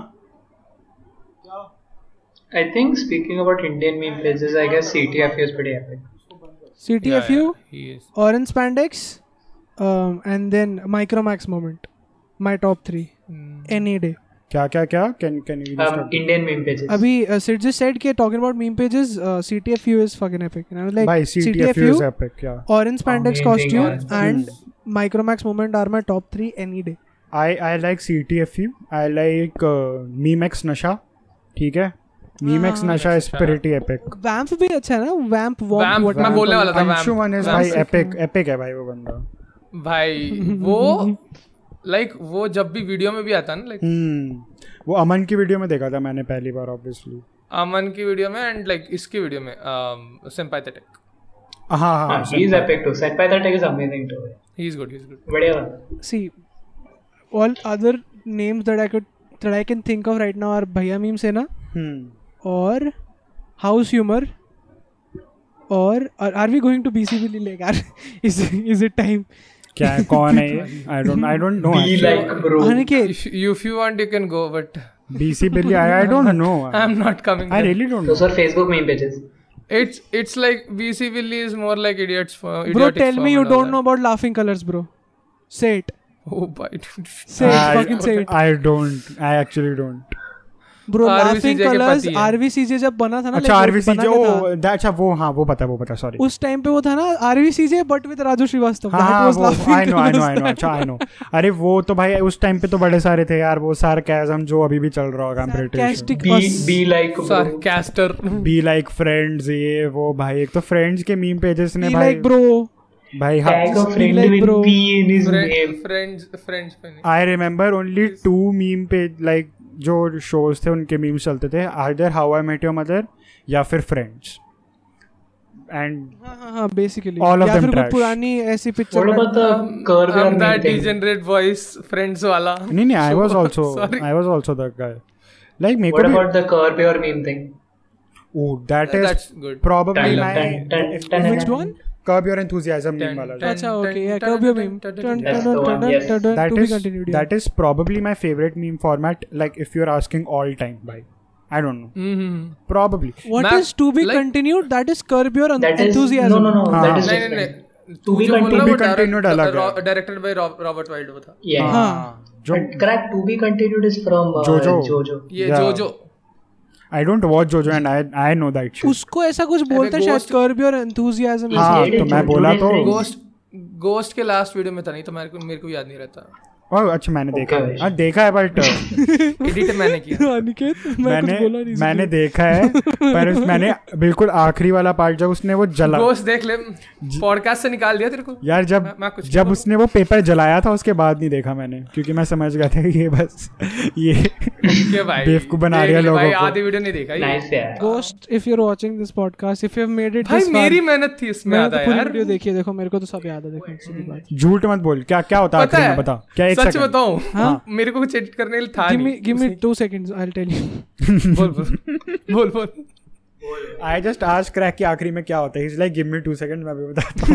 S3: I think speaking about Indian meme pages I guess CTF is pretty epic
S4: C T F U
S2: He is.
S4: Orange spandex and then Micromax moment my top three
S2: Hmm.
S4: Any day
S1: क्या क्या क्या can can
S3: Um,
S1: you
S3: Indian meme pages
S4: अभी uh, Sid just said कि talking about meme pages CTFU is fucking epic and I was like
S1: भाई CTFU is epic yeah.
S4: orange spandex
S3: Amazing
S4: costume
S3: orange
S4: and micromax moment are my top 3 any day
S1: I I like CTFU. E. I like uh, memex नशा ठीक है
S2: हाँ,
S1: memex नशा is pretty epic.
S4: वैम्प भी अच्छा है ना वैम्प वॉम्प
S2: Vamp,
S4: व्हाट
S2: मैं बोलने वाला था Vamp.
S1: अंशुमन is
S2: Vamp
S1: भाई
S2: से-
S1: epic epic है भाई वो बंदा.
S2: भाई वो
S4: <laughs>
S2: लाइक वो जब भी वीडियो में भी आता ना लाइक
S1: हम्म वो अमन की वीडियो में देखा था मैंने पहली बार ऑब्वियसली
S2: अमन की वीडियो में एंड लाइक इसकी वीडियो में um, सिंपैथेटिक
S1: हाँ हाँ
S3: he is epic too set by that is amazing too
S2: he is good he is good
S3: बढ़िया बंदा
S4: see all other names that i could that i can think of right now are bhaiya meme sena
S1: hmm
S4: or house humor or are, are we going to bcb like are, <laughs> is is it time
S1: क्या है कौन है ये I don't I don't know
S3: B like bro
S4: aniket
S2: if you want you can go but
S1: BC बिल्ली I I don't
S2: <laughs>
S1: no
S2: i am not coming
S1: I
S2: there.
S1: Really don't
S3: those are Facebook meme pages
S2: it's it's like bc willy is more like idiots for
S4: bro
S2: idiotic
S4: tell
S2: firm
S4: me you
S2: and all
S4: don't know about laughing colors bro say it
S2: that. oh bite <laughs>
S4: say it fucking say it
S1: no I don't I actually don't
S4: bro
S2: RVCJ
S4: laughing
S2: के
S4: colours
S2: पति है।
S4: RVCJ जब बना था ना
S1: अच्छा
S4: like, वो
S1: RVC
S4: बना
S1: जो
S4: के था।
S1: अच्छा वो हाँ वो पता वो पता सॉरी
S4: उस टाइम पे वो था ना RVCJ but with Raju Srivastava
S1: हाँ
S4: that
S1: हाँ
S4: was
S1: वो
S4: laughing
S1: I know I know
S4: colours
S1: I know
S4: that-
S1: अच्छा आई नो अरे वो तो भाई उस टाइम पे तो बड़े सारे थे यार वो सार्कैज़म जो अभी भी चल रहा होगा
S4: <laughs>
S1: British
S4: Sarcastic
S3: B
S4: us-
S3: B like bro
S4: <laughs>
S2: sarcaster
S1: B like friends ये वो भाई एक तो फ्रेंड्स के मीम पेजेस ने
S4: be
S1: भाई
S4: like bro
S1: भाई
S3: Tag
S1: हाँ
S3: a
S4: be
S3: friend
S4: like,
S3: with
S4: bro.
S3: P in his name.
S2: Friends friends पे नहीं
S1: I remember only to meme पे लाइक जो शोज थे उनके मीम्स चलते थे either how I met your mother या फिर फ्रेंड्स एंड
S4: हाँ हाँ हाँ बेसिकली
S1: All of
S4: या
S1: them
S4: फिर कोई
S1: trash.
S4: पुरानी ऐसी
S3: What
S4: picture
S3: about the curve your
S2: I'm
S3: name
S2: that
S3: thing?
S2: degenerate voice friends हम्म, वाला
S1: नहीं नहीं आई
S2: <laughs>
S4: <laughs>
S1: was also
S2: Sorry.
S1: I was also that guy like मेरे
S3: What
S1: को
S3: about the curve your meme thing?
S1: भी oh that
S2: That's
S1: is
S2: good.
S1: probably
S3: Dun,
S1: my
S3: dun, dun,
S1: if-
S3: dun,
S1: if
S3: dun,
S1: it's
S4: Which
S3: dun.
S4: one?
S1: curb your enthusiasm
S2: Dun,
S1: meme वाला
S2: dun.
S4: अच्छा okay या curb your meme turn
S3: That's the one, yes.
S4: Turn turn
S1: that
S4: to be
S1: is
S4: continued
S1: that is probably my favorite meme format like if you're asking all time by i don't know
S2: हम्म
S1: probably
S4: what
S2: Ma'am,
S4: is to be
S2: like-
S4: continued that is curb your
S3: That is no
S4: enthusiasm
S3: no no.
S1: हाँ.
S3: That is
S2: नहीं नहीं
S3: different.
S2: नहीं
S3: To be continued-
S1: To be continued अलग है।
S2: Directed by Robert Wild वो था
S3: Yeah.
S4: हाँ
S1: jo-
S3: But crack to be continued is from uh,
S1: Jojo.
S3: Jojo.
S2: ये
S1: Yeah.
S2: जो जो
S1: i don't watch jojo and i i know that shit
S4: उसको ऐसा कुछ बोलते हैं शायद
S2: Ghost-
S4: कर्ब योर एंथुसियाज्म
S1: हाँ
S3: He said
S1: तो
S3: it
S1: मैं
S3: in
S1: बोला
S3: today's
S1: तो
S3: thing.
S2: गोस्ट गोस्ट के लास्ट वीडियो में था नहीं तो मेरे को मेरे को याद नहीं रहता
S1: ओह अच्छा मैंने देखा है
S3: भाई।
S1: हाँ देखा है
S2: <laughs>
S1: बट
S2: एडिट मैंने
S1: <laughs>
S2: किया
S4: <laughs> अनिकेत मैं कुछ
S1: मैंने
S4: बोला नहीं
S1: मैंने देखा है पर उस- मैंने बिल्कुल आखिरी वाला पार्ट जब उसने वो जला
S2: गोस्ट देख ले पॉडकास्ट से निकाल दिया तेरे को
S1: यार जब
S2: मैं- मैं कुछ नहीं
S1: जब
S2: बोलूं।
S1: उसने वो पेपर जलाया था उसके बाद नहीं देखा मैंने क्योंकि मैं समझ गया था कि ये बस ये
S2: ठीक है भाई
S1: बेवकूफ बना
S2: देख
S1: रहे हैं
S2: ले भाई,
S1: लोगों को।
S2: आधी वीडियो नहीं देखा ये।
S3: Nice yeah.
S4: Ghost if you are watching this podcast if you have made it
S2: भाई मेरी मेहनत थी इसमें
S4: मैंने
S2: आधा
S4: तो पूरी
S2: यार
S4: वीडियो देखी है देखो मेरे को तो सब याद है देखो सीधी बात
S1: झूठ मत बोल क्या क्या होता है
S2: पता
S1: आखिरी में
S2: है
S1: बता क्या एक
S2: सच
S1: second?
S2: बताऊं
S4: हाँ।
S2: मेरे को कुछ एडिट करने के लिए था
S4: गिव मी
S2: नहीं
S4: give me 2 seconds I will tell <laughs> you
S2: बोल
S1: <laughs>
S2: बोल बोल बोल
S1: आई जस्ट आज क्रैक के आखिरी में क्या होता है is like give me two second मैं भी बताता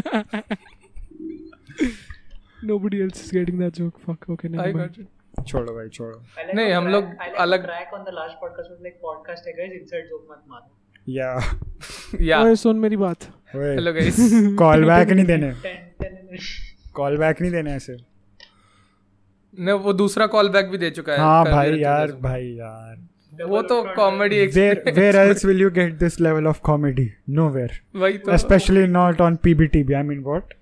S1: हूँ
S4: nobody else is getting that joke fuck okay
S2: I
S4: never
S2: got
S4: mind
S1: <laughs> छोड़ो भाई छोड़ो
S3: I like
S2: नहीं,
S3: how
S2: हम
S3: crack-
S2: लोग
S3: I like
S2: अलग-
S3: crack on the last podcast was like podcast है guys insert joke मत मारो
S1: या
S2: या
S4: ओए सुन मेरी बात
S1: <laughs>
S2: हेलो गाइस
S1: कॉल बैक नहीं
S4: <laughs>
S1: देने
S3: Ten-
S1: कॉल बैक नहीं देने ऐसे
S2: ने वो दूसरा कॉल बैक भी दे चुका है
S1: हाँ
S2: कर
S1: भाई
S2: मेरे
S1: यार
S2: को।
S1: भाई यार
S2: वो तो comedy
S1: where where else will you get this level of comedy nowhere
S2: वही तो
S1: especially not on pbtb i mean what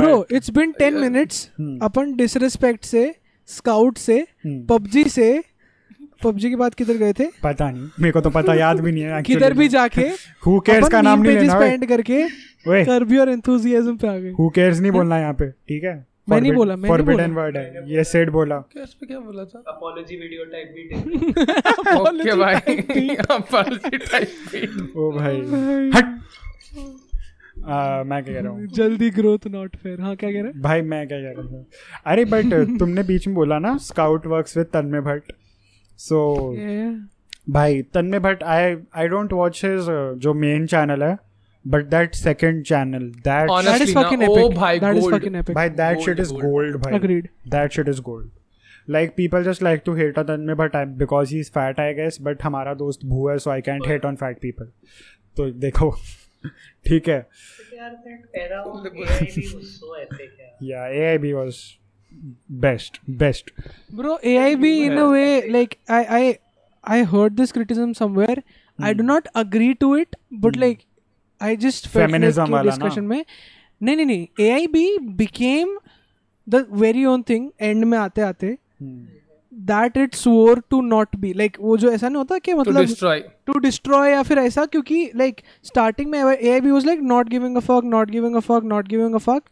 S4: bro it's been
S2: Uh,
S4: 10 minutes
S1: Hmm.
S4: अपन डिसरिस्पेक्ट से स्काउट से
S1: हम्म।
S4: पबजी से पबजी के बाद किधर गए थे
S1: पता नहीं मेरे को तो पता याद भी नहीं है actually.
S4: किधर भी जाके
S1: <laughs> Who cares का नाम नहीं लेना
S4: पेजेस पे
S1: ओए।
S4: एंड करके
S1: ओए
S4: कर्बी और एंथुसियाज्म पे आ गए
S1: हु केयर्स नहीं बोलना यहाँ पे ठीक है
S4: मैं हाँ? नहीं बोला, मैं नहीं
S1: फॉरबिडन
S4: बोला।
S1: वर्ड है ये सेड बोला
S2: क्या उस पे क्या बोला
S1: <laughs>
S2: था
S3: apology video type भी did.
S2: <laughs> ओके भाई <laughs> अपॉलजी टाइप
S1: ओ भाई हट आ, मैं क्या कह रहा हूँ
S4: जल्दी ग्रोथ नॉट फेयर हाँ क्या कह रहे
S1: भाई मैं क्या कह रहा हूँ अरे बट तुमने बीच में बोला ना scout works with Tanmay Bhatt so
S4: हैं
S1: भाई Tanmay Bhatt I I don't watch his uh, जो मेन चैनल है but that second channel that
S2: Honest-
S4: that
S2: Honestly
S4: is
S2: ना,
S4: फकिंग
S2: oh
S4: एपिक
S2: भाई,
S4: that is
S2: gold.
S4: Fucking epic
S1: भाई that shit is
S2: Gold,
S1: gold भाई
S4: Agreed.
S1: That shit is gold like people just like to hate on Tanmay Bhatt because he is fat I guess but हमारा दोस्त भू है so I can't hate on fat people तो देखो <laughs> ठीक है
S3: यार that era
S2: तो
S3: of AI भी was so epic यार.
S1: Yeah A I B was best best
S4: Bro, AIB in a way, like I I I heard this criticism somewhere. I do not agree to it, but like I just felt
S1: Feminism
S4: like
S1: वाला
S4: की
S1: ना?
S4: discussion में नहीं नहीं नहीं AIB became the very own thing end में आते आते that it swore to not be like वो जो ऐसा नहीं होता कि
S2: टू
S4: मतलब
S2: डिस्ट्रॉय
S4: टू डिस्ट्रॉय या फिर ऐसा क्योंकि लाइक स्टार्टिंग में A I B was like not giving a fuck not giving a fuck not giving a fuck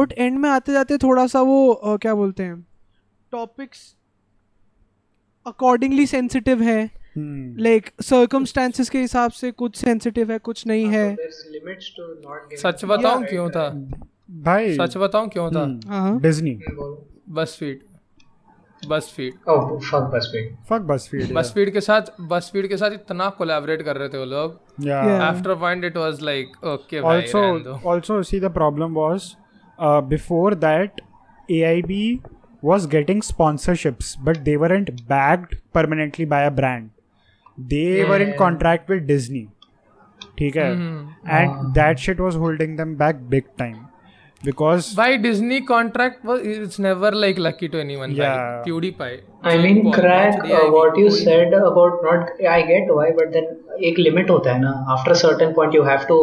S4: but and में आते जाते थोड़ा सा वो अ, क्या बोलते हैं टॉपिक्स अकॉर्डिंगली सेंसिटिव है
S1: Hmm.
S4: लाइक सर्कमस्टांसेस के हिसाब से कुछ सेंसिटिव है कुछ नहीं है
S3: There's limits to not getting.
S2: सच बताऊं क्यों था
S1: भाई
S2: सच बताऊं क्यों था
S1: हम्म।
S4: हाँ
S1: डिज्नी
S3: बोलो।
S2: BuzzFeed BuzzFeed
S3: Oh fuck बस पे.
S1: Fuck BuzzFeed
S2: BuzzFeed के साथ बस फीड के साथ इतना कोलैबोरेट कर रहे थे वो लोग
S1: या
S4: Yeah.
S2: After point it was like okay भाई रहने
S1: हाँ। also
S2: दो
S1: also see the problem was uh, before that AIB was getting sponsorships but they weren't backed permanently by a brand they were in contract with Disney ठीक है and that shit was holding them back big time because
S2: भाई Disney contract it's never like lucky to anyone
S1: Yeah.
S2: भाई PewDiePie
S3: I mean crack uh, what you said about not I get why but then एक limit होता है ना after a certain point you have to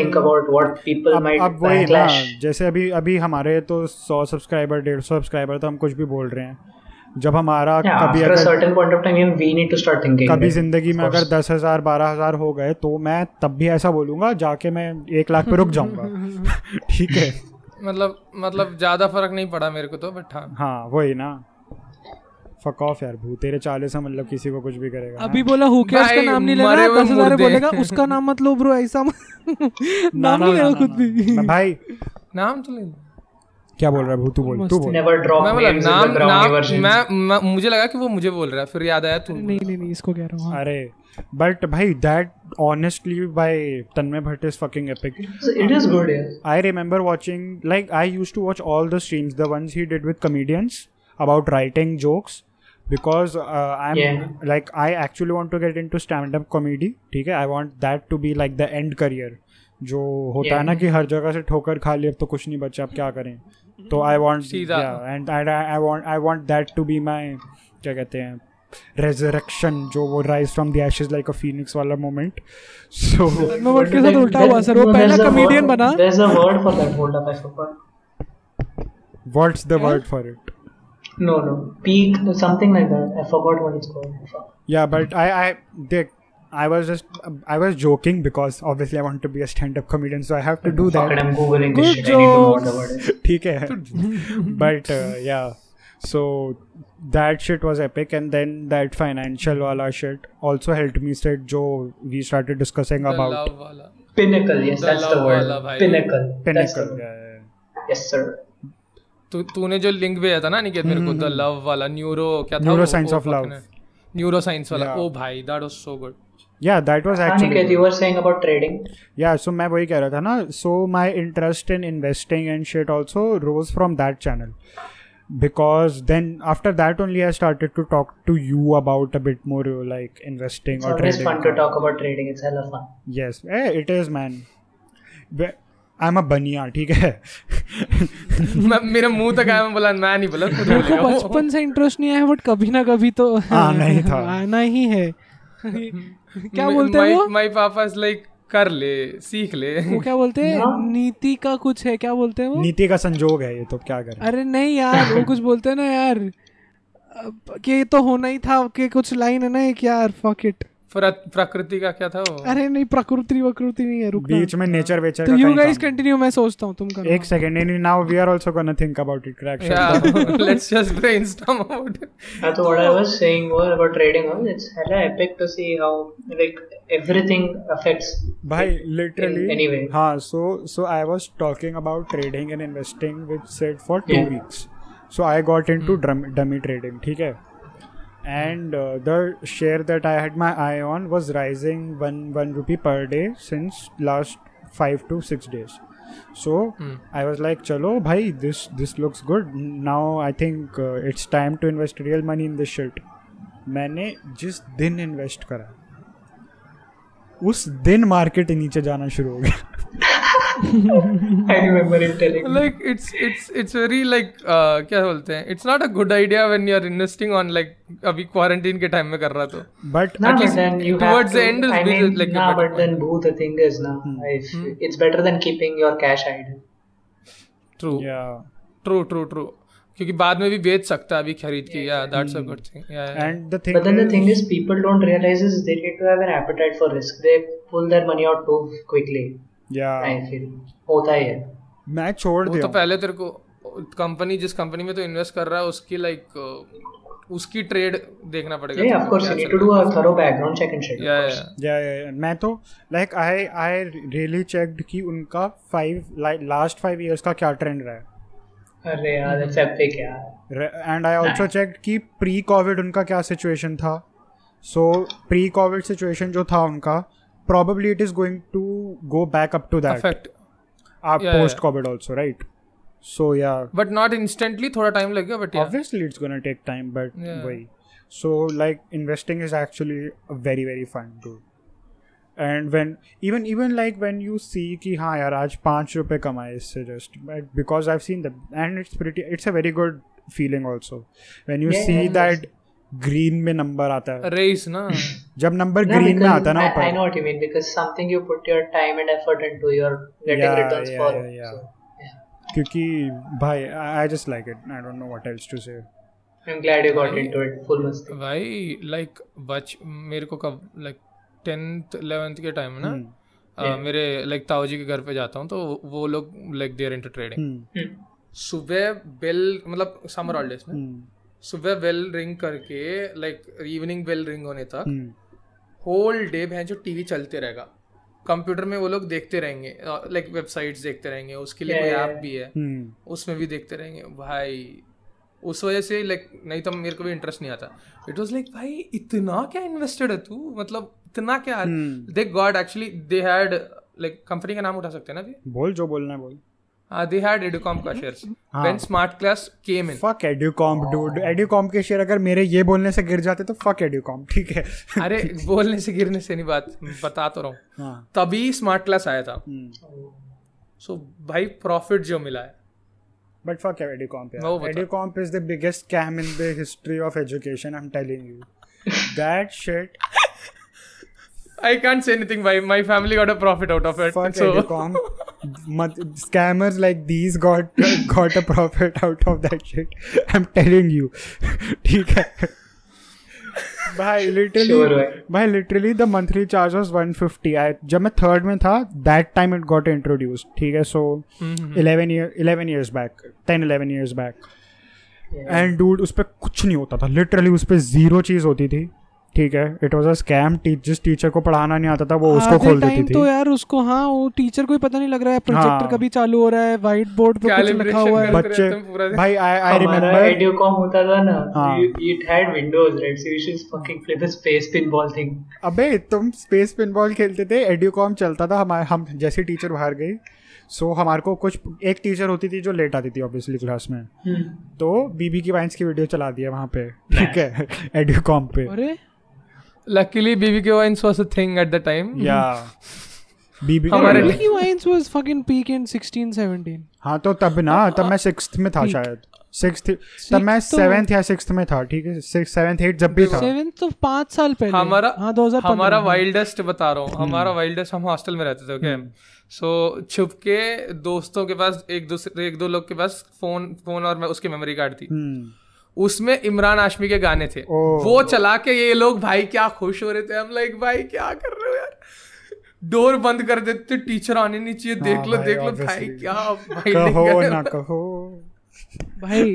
S3: think about what people
S1: अब
S3: might
S1: अब वही ना
S3: backlash
S1: जैसे अभी अभी हमारे तो सौ सब्सक्राइबर डेढ़ सौ सब्सक्राइबर तो हम कुछ भी बोल रहे हैं जब हमारा कभी
S3: आफ्टर
S1: अगर
S3: certain point of time we need to start thinking
S1: कभी जिंदगी में अगर दस हजार बारह हजार हो गए तो मैं तब भी ऐसा बोलूंगा जाके मैं एक लाख पे रुक जाऊंगा
S3: <laughs>
S1: ठीक है
S2: मतलब मतलब ज्यादा फर्क नहीं पड़ा मेरे को तो बट हाँ
S1: हाँ वही ना फक ऑफ यार भू तेरे चालीस है मतलब किसी को कुछ भी करेगा
S4: अभी बोला हु केयर्स का
S2: भाई,
S4: नाम नहीं
S2: मरे
S4: लेना
S2: हुए
S4: दस हजार
S2: मुर्दे।
S4: बोलेगा उसका नाम मत लो ब्रो ऐसा मत- <laughs>
S1: ना,
S4: नाम
S1: ना,
S4: नहीं
S1: ना,
S4: लेना
S1: ना,
S4: खुद भी
S1: ना। भाई
S2: नाम तो ले लो।
S1: क्या बोल रहा है भू तू बोल तू बोल
S3: नेवर ड्रॉप
S2: मैं बोला
S3: नेम्स इन
S2: नाम
S3: द ग्राउंड
S2: नाम
S3: वर्जन
S2: मैं, मैं मुझे लगा कि वो मुझे बोल रहा है फिर याद आया तुम
S4: नहीं नहीं नहीं इसको कह रहा हूँ हाँ।
S1: अरे बट भाई दैट ऑनेस्टली भाई Tanmay Bhatt is fucking epic
S3: it is good
S1: I
S3: यार
S1: remember watching, like, I used to watch all the streams, the ones he did with comedians about writing jokes, because uh, I'm
S3: Yeah.
S1: like, I actually want to get into stand up comedy. ठीक है, I want that to be like the end career. जो होता है ना कि हर जगह से ठोकर खा ली अब तो कुछ नहीं बचा अब क्या करें तो आई वांट
S2: सीधा।
S1: And I want I want that to be my क्या कहते हैं रेजरेक्शन जो वो rise from the ashes like a phoenix वाला मोमेंट सो
S4: मैं वर्ड के साथ उल्टा हुआ सर वो पहला कॉमेडियन बना
S3: there is a word for that hold up I forgot
S1: what's the word for it
S3: no no peak something like that I forgot what it's called
S1: Yeah, but I, I, they, I was just, I was joking because obviously I want to be a stand-up comedian, so I have to do
S3: Fuck it,
S1: that.
S3: I'm googling this
S4: Good
S3: shit. I need to know what the
S4: jokes.
S3: word is.
S1: ठीक है. but uh, yeah, so that shit was epic, and then that financial wala shit also helped me. Said Joe, we started discussing
S2: The
S1: about
S2: love वाला
S3: Pinnacle, yes,
S2: The
S3: that's the
S2: love
S3: word.
S2: wala bhai.
S3: Pinnacle. That's
S1: pinnacle.
S3: the word.
S1: Yeah, yeah, yeah.
S3: Yes, sir.
S2: तू तूने जो link भेजा था ना निकेत मेरे को the love वाला न्यूरो क्या था
S1: हम्म। Neuroscience of love.
S2: Neuroscience वाला
S1: Yeah.
S2: ओ भाई that was so good
S1: Yeah, that was
S3: Ah,
S1: actually.
S3: Niket, you were saying about trading.
S1: Yeah so मैं वही कह रहा था ना so my interest in investing and shit also rose from that channel because then after that only I started to talk to you about a bit more like investing
S3: It's
S1: और
S3: always fun to
S1: trading
S3: talk about trading. It's hella fun.
S1: Yes it is man I am a bania हाँ, ठीक
S4: <laughs>
S1: है
S2: <laughs> मैं मेरे मुंह तक आया मैं बोला मैं नहीं बोला खुद
S4: मेरे को
S2: बोलेगा वो।
S4: बचपन से इंटरेस्ट नहीं आया बट कभी ना कभी तो
S2: हाँ,
S1: आना
S4: <laughs>
S1: ही हाँ, था।
S4: आना ही है क्या
S2: My-
S4: बोलते हैं
S2: my-
S4: वो
S2: my papa is like कर ले सीख ले <laughs>
S4: वो क्या बोलते हैं
S3: हाँ।
S4: नीति का कुछ है क्या बोलते हैं वो
S1: नीति का संजोग है ये तो क्या करें
S4: अरे नहीं यार वो कुछ बोलते हैं ना यार अब कि ये तो होना ही था कि कुछ लाइन है ना एक यार फक इट
S2: प्र- प्रकृति का क्या था
S1: <laughs>
S2: वो
S4: अरे नहीं प्रकृति वकृति नहीं है रुकना
S1: बीच में नेचर वेचर
S4: तो यू
S1: का
S4: गाइस
S1: कहीं काम।
S4: कंटिन्यू मैं सोचता हूँ तुम करो
S1: एक second any now we are also gonna think about it crack
S2: <laughs> let's just brainstorm about
S3: That's what I was saying was about trading. Was it's hella epic to see how like everything affects. <laughs>
S1: भाई
S3: in any way.
S1: Literally हाँ so so I was talking about trading and investing with set for two
S3: Yeah.
S1: Weeks so I got into dummy trading ठीक है uh, and the share that I had my eye on was rising one one rupee per day since last five to six days so I was like चलो भाई this this looks good now I think it's time to invest real money in this shirt मैंने जिस दिन invest करा उस दिन market नीचे जाना शुरू हो गया
S3: I remember him telling. me.
S2: like it's it's it's very like uh, क्या बोलते हैं it's not a good idea when you are investing on like अभी क्वारंटीन के टाइम में कर रहा तो
S1: but
S3: Nah,
S2: least
S3: but then you
S2: towards
S3: have
S2: the
S3: to-
S2: end is
S3: I
S2: we
S3: mean,
S2: just like a
S3: nah,
S2: better
S3: but then boo, the thing is, nah, if, it's better than keeping your cash idle.
S2: True
S1: yeah
S2: true true true क्योंकि बाद में भी बेच सकता है अभी खरीद के yeah that's a good thing yeah
S1: and the
S3: But then the
S1: thing
S3: thing is, people don't realize is they need to have an appetite for risk. They pull their money out too quickly.
S1: Yeah
S3: I feel. होता ही है.
S1: मैं छोड़
S2: वो तो
S1: दिया
S2: पहले तेरे को कंपनी जिस कंपनी में तो इन्वेस्ट कर रहा है उसकी लाइक उसकी ट्रेड देखना पड़ेगा
S3: Yeah, of course, you need to do a thorough background check and shit.
S2: या या
S1: या मैं तो like I I really checked कि उनका फाइव लास्ट फाइव इयर्स का क्या ट्रेंड रहा है
S3: अरे यार,
S2: Mm-hmm.
S3: that's epic यार.
S1: एंड आई ऑल्सो चेक कि प्री कोविड उनका क्या सिचुएशन था सो प्री कोविड सिचुएशन जो था उनका probably it is going to go back up to that
S2: affect
S1: आप
S2: yeah, yeah.
S1: Post Covid also right so yeah
S2: but not instantly थोड़ा time लगेगा but yeah
S1: obviously it's gonna take time but
S2: Yeah.
S1: why so like investing is actually very very fun too and when even even like when you see ki हाँ यार आज पाँच रुपए कमाए इससे just but because I've seen the and it's pretty it's a very good feeling also when you
S3: Yeah,
S1: see
S3: yeah.
S1: that green में number आता है
S2: रेस ना
S1: जब number
S3: No,
S1: green में
S3: because
S1: आता है ना
S3: I, I know
S1: ऊपर
S3: what you mean because something you put your time and effort into, you're getting
S1: Yeah,
S3: returns
S1: yeah,
S3: for.
S1: yeah,
S3: it.
S1: yeah.
S3: So,
S1: क्योंकि भाई I I just like it I don't know what else to say
S3: I'm glad you got into it. Full masti.
S2: भाई like बच मेरे को कब like tenth 11th के time
S3: हम्म,
S2: ना अ, मेरे लाइक ताऊजी के घर पे जाता हूँ तो वो लोग like there into
S3: hmm.
S2: Trading
S1: हम्म,
S2: सुबह बेल मतलब समर हॉलीडेज
S3: हम्म.
S2: में
S1: हम्म,
S2: सुबह बेल रिंग करके लाइक इवनिंग बेल रिंग होने तक
S1: हम्म,
S3: हम्म.
S2: होल डे भैं जो टीवी चलते रहेगा कंप्यूटर में वो लोग देखते रहेंगे लाइक वेबसाइट्स देखते रहेंगे उसके लिए कोई
S3: Yeah,
S2: ऐप भी है
S1: हम्म,
S2: उसमें भी देखते रहेंगे भाई उस वजह से लाइक नहीं तो मेरे को भी इंटरेस्ट नहीं आता इट वाज लाइक भाई इतना क्या इन्वेस्टेड है तू मतलब इतना क्या they God actually they had like company का नाम उठा सकते हैं ना हाँ,
S1: बोल जो बोलना है बोल
S2: भी दे हैड एडुकॉम का shares when smart class
S1: <laughs>
S2: came in
S1: fuck Educom dude Educom के शेयर अगर मेरे ये बोलने से गिर जाते तो फक एड्यूकॉम ठीक है
S2: अरे बोलने से गिरने से नहीं बात बता तो रहा हूँ
S1: हाँ
S2: तभी स्मार्ट क्लास आया था सो भाई प्रॉफिट जो मिला है
S1: बट फक एड्यूकॉम
S2: वो बता।
S1: Educom is the biggest scam in the history of education I am telling you that shit
S2: I can't say anything भाई my family got a profit out of
S1: Fuck
S2: it so <laughs>
S1: Educom. Mut- scammers like these got got a profit out of that shit. I'm telling you. <laughs> ठीक है भाई literally
S3: Sure, भाई.
S1: भाई literally the monthly charge was 150 I जब मैं third में था that time it got introduce ठीक है सो
S4: हम्म,
S1: 11 year 11 years back 10 11 years back and dude उस पर कुछ नहीं होता था लिटरली उस पर जीरो चीज होती थी ठीक है इट वाज अ स्कैम जिस टीचर को पढ़ाना नहीं आता था वो उसको
S4: आधे
S1: खोल देती
S4: time
S1: थी
S4: तो यार उसको हाँ वो टीचर को ही पता नहीं लग रहा है प्रोजेक्टर
S1: हाँ।
S4: कभी चालू हो रहा है व्हाइट बोर्ड पे कुछ लिखा
S2: Calibration
S4: हुआ है
S2: कर-
S1: बच्चे
S2: रहते हैं पूरा दिन।
S1: भाई आई आई
S3: हमारा
S1: रिमेम्बर
S3: एड्यूकॉम होता था ना
S1: हाँ।
S3: It had Windows right so you should fucking play the space pinball thing
S1: अबे तुम स्पेस पिनबॉल खेलते थे एड्यूकॉम चलता था हमारे हम जैसे टीचर बाहर गई सो हमारे को कुछ एक टीचर होती थी जो लेट आती थी ऑब्वियसली क्लास में तो बीबी की वाइंस की वीडियो चला दिया वहाँ पे ठीक है एड्यूकॉम पे
S4: अरे
S2: लकीली बीबी के vines was a thing at the time
S1: yeah BB
S2: हमारे
S1: की
S2: लिए-
S4: Mickey Wines was fucking peak in 16 17
S1: हाँ तो तब ना तब मैं सिक्स में था शायद सिक्स तब
S4: Sixth
S1: मैं
S4: तो-
S1: सेवेंथ या सिक्स्थ में था ठीक है सिक्स सेवेंथ एट जब भी था
S4: 7 तो 5 साल पहले
S2: हमारा
S4: हाँ 2015
S2: हमारा वाइल्डेस्ट बता रहा हूँ
S4: हम्म।
S2: हमारा वाइल्डेस्ट हम हॉस्टल में रहते थे ओके सो छुप के दोस्तों के पास एक दूसरे एक दो लोग के पास फोन फोन और मैं उसकी मेमोरी कार्ड थी
S1: हम्म,
S2: उसमें इमरान हाशमी के गाने थे
S1: ओ।
S2: वो चला के ये लोग भाई क्या खुश हो रहे थे हम लाइक भाई क्या कर रहे हो यार डोर बंद कर देते टीचर आने नहीं
S4: हाँ
S2: चाहिए देख लो
S1: भाई,
S2: देख लो भाई
S1: obviously.
S2: क्या भाई
S1: कहो
S2: नहीं
S1: ना कहो
S4: भाई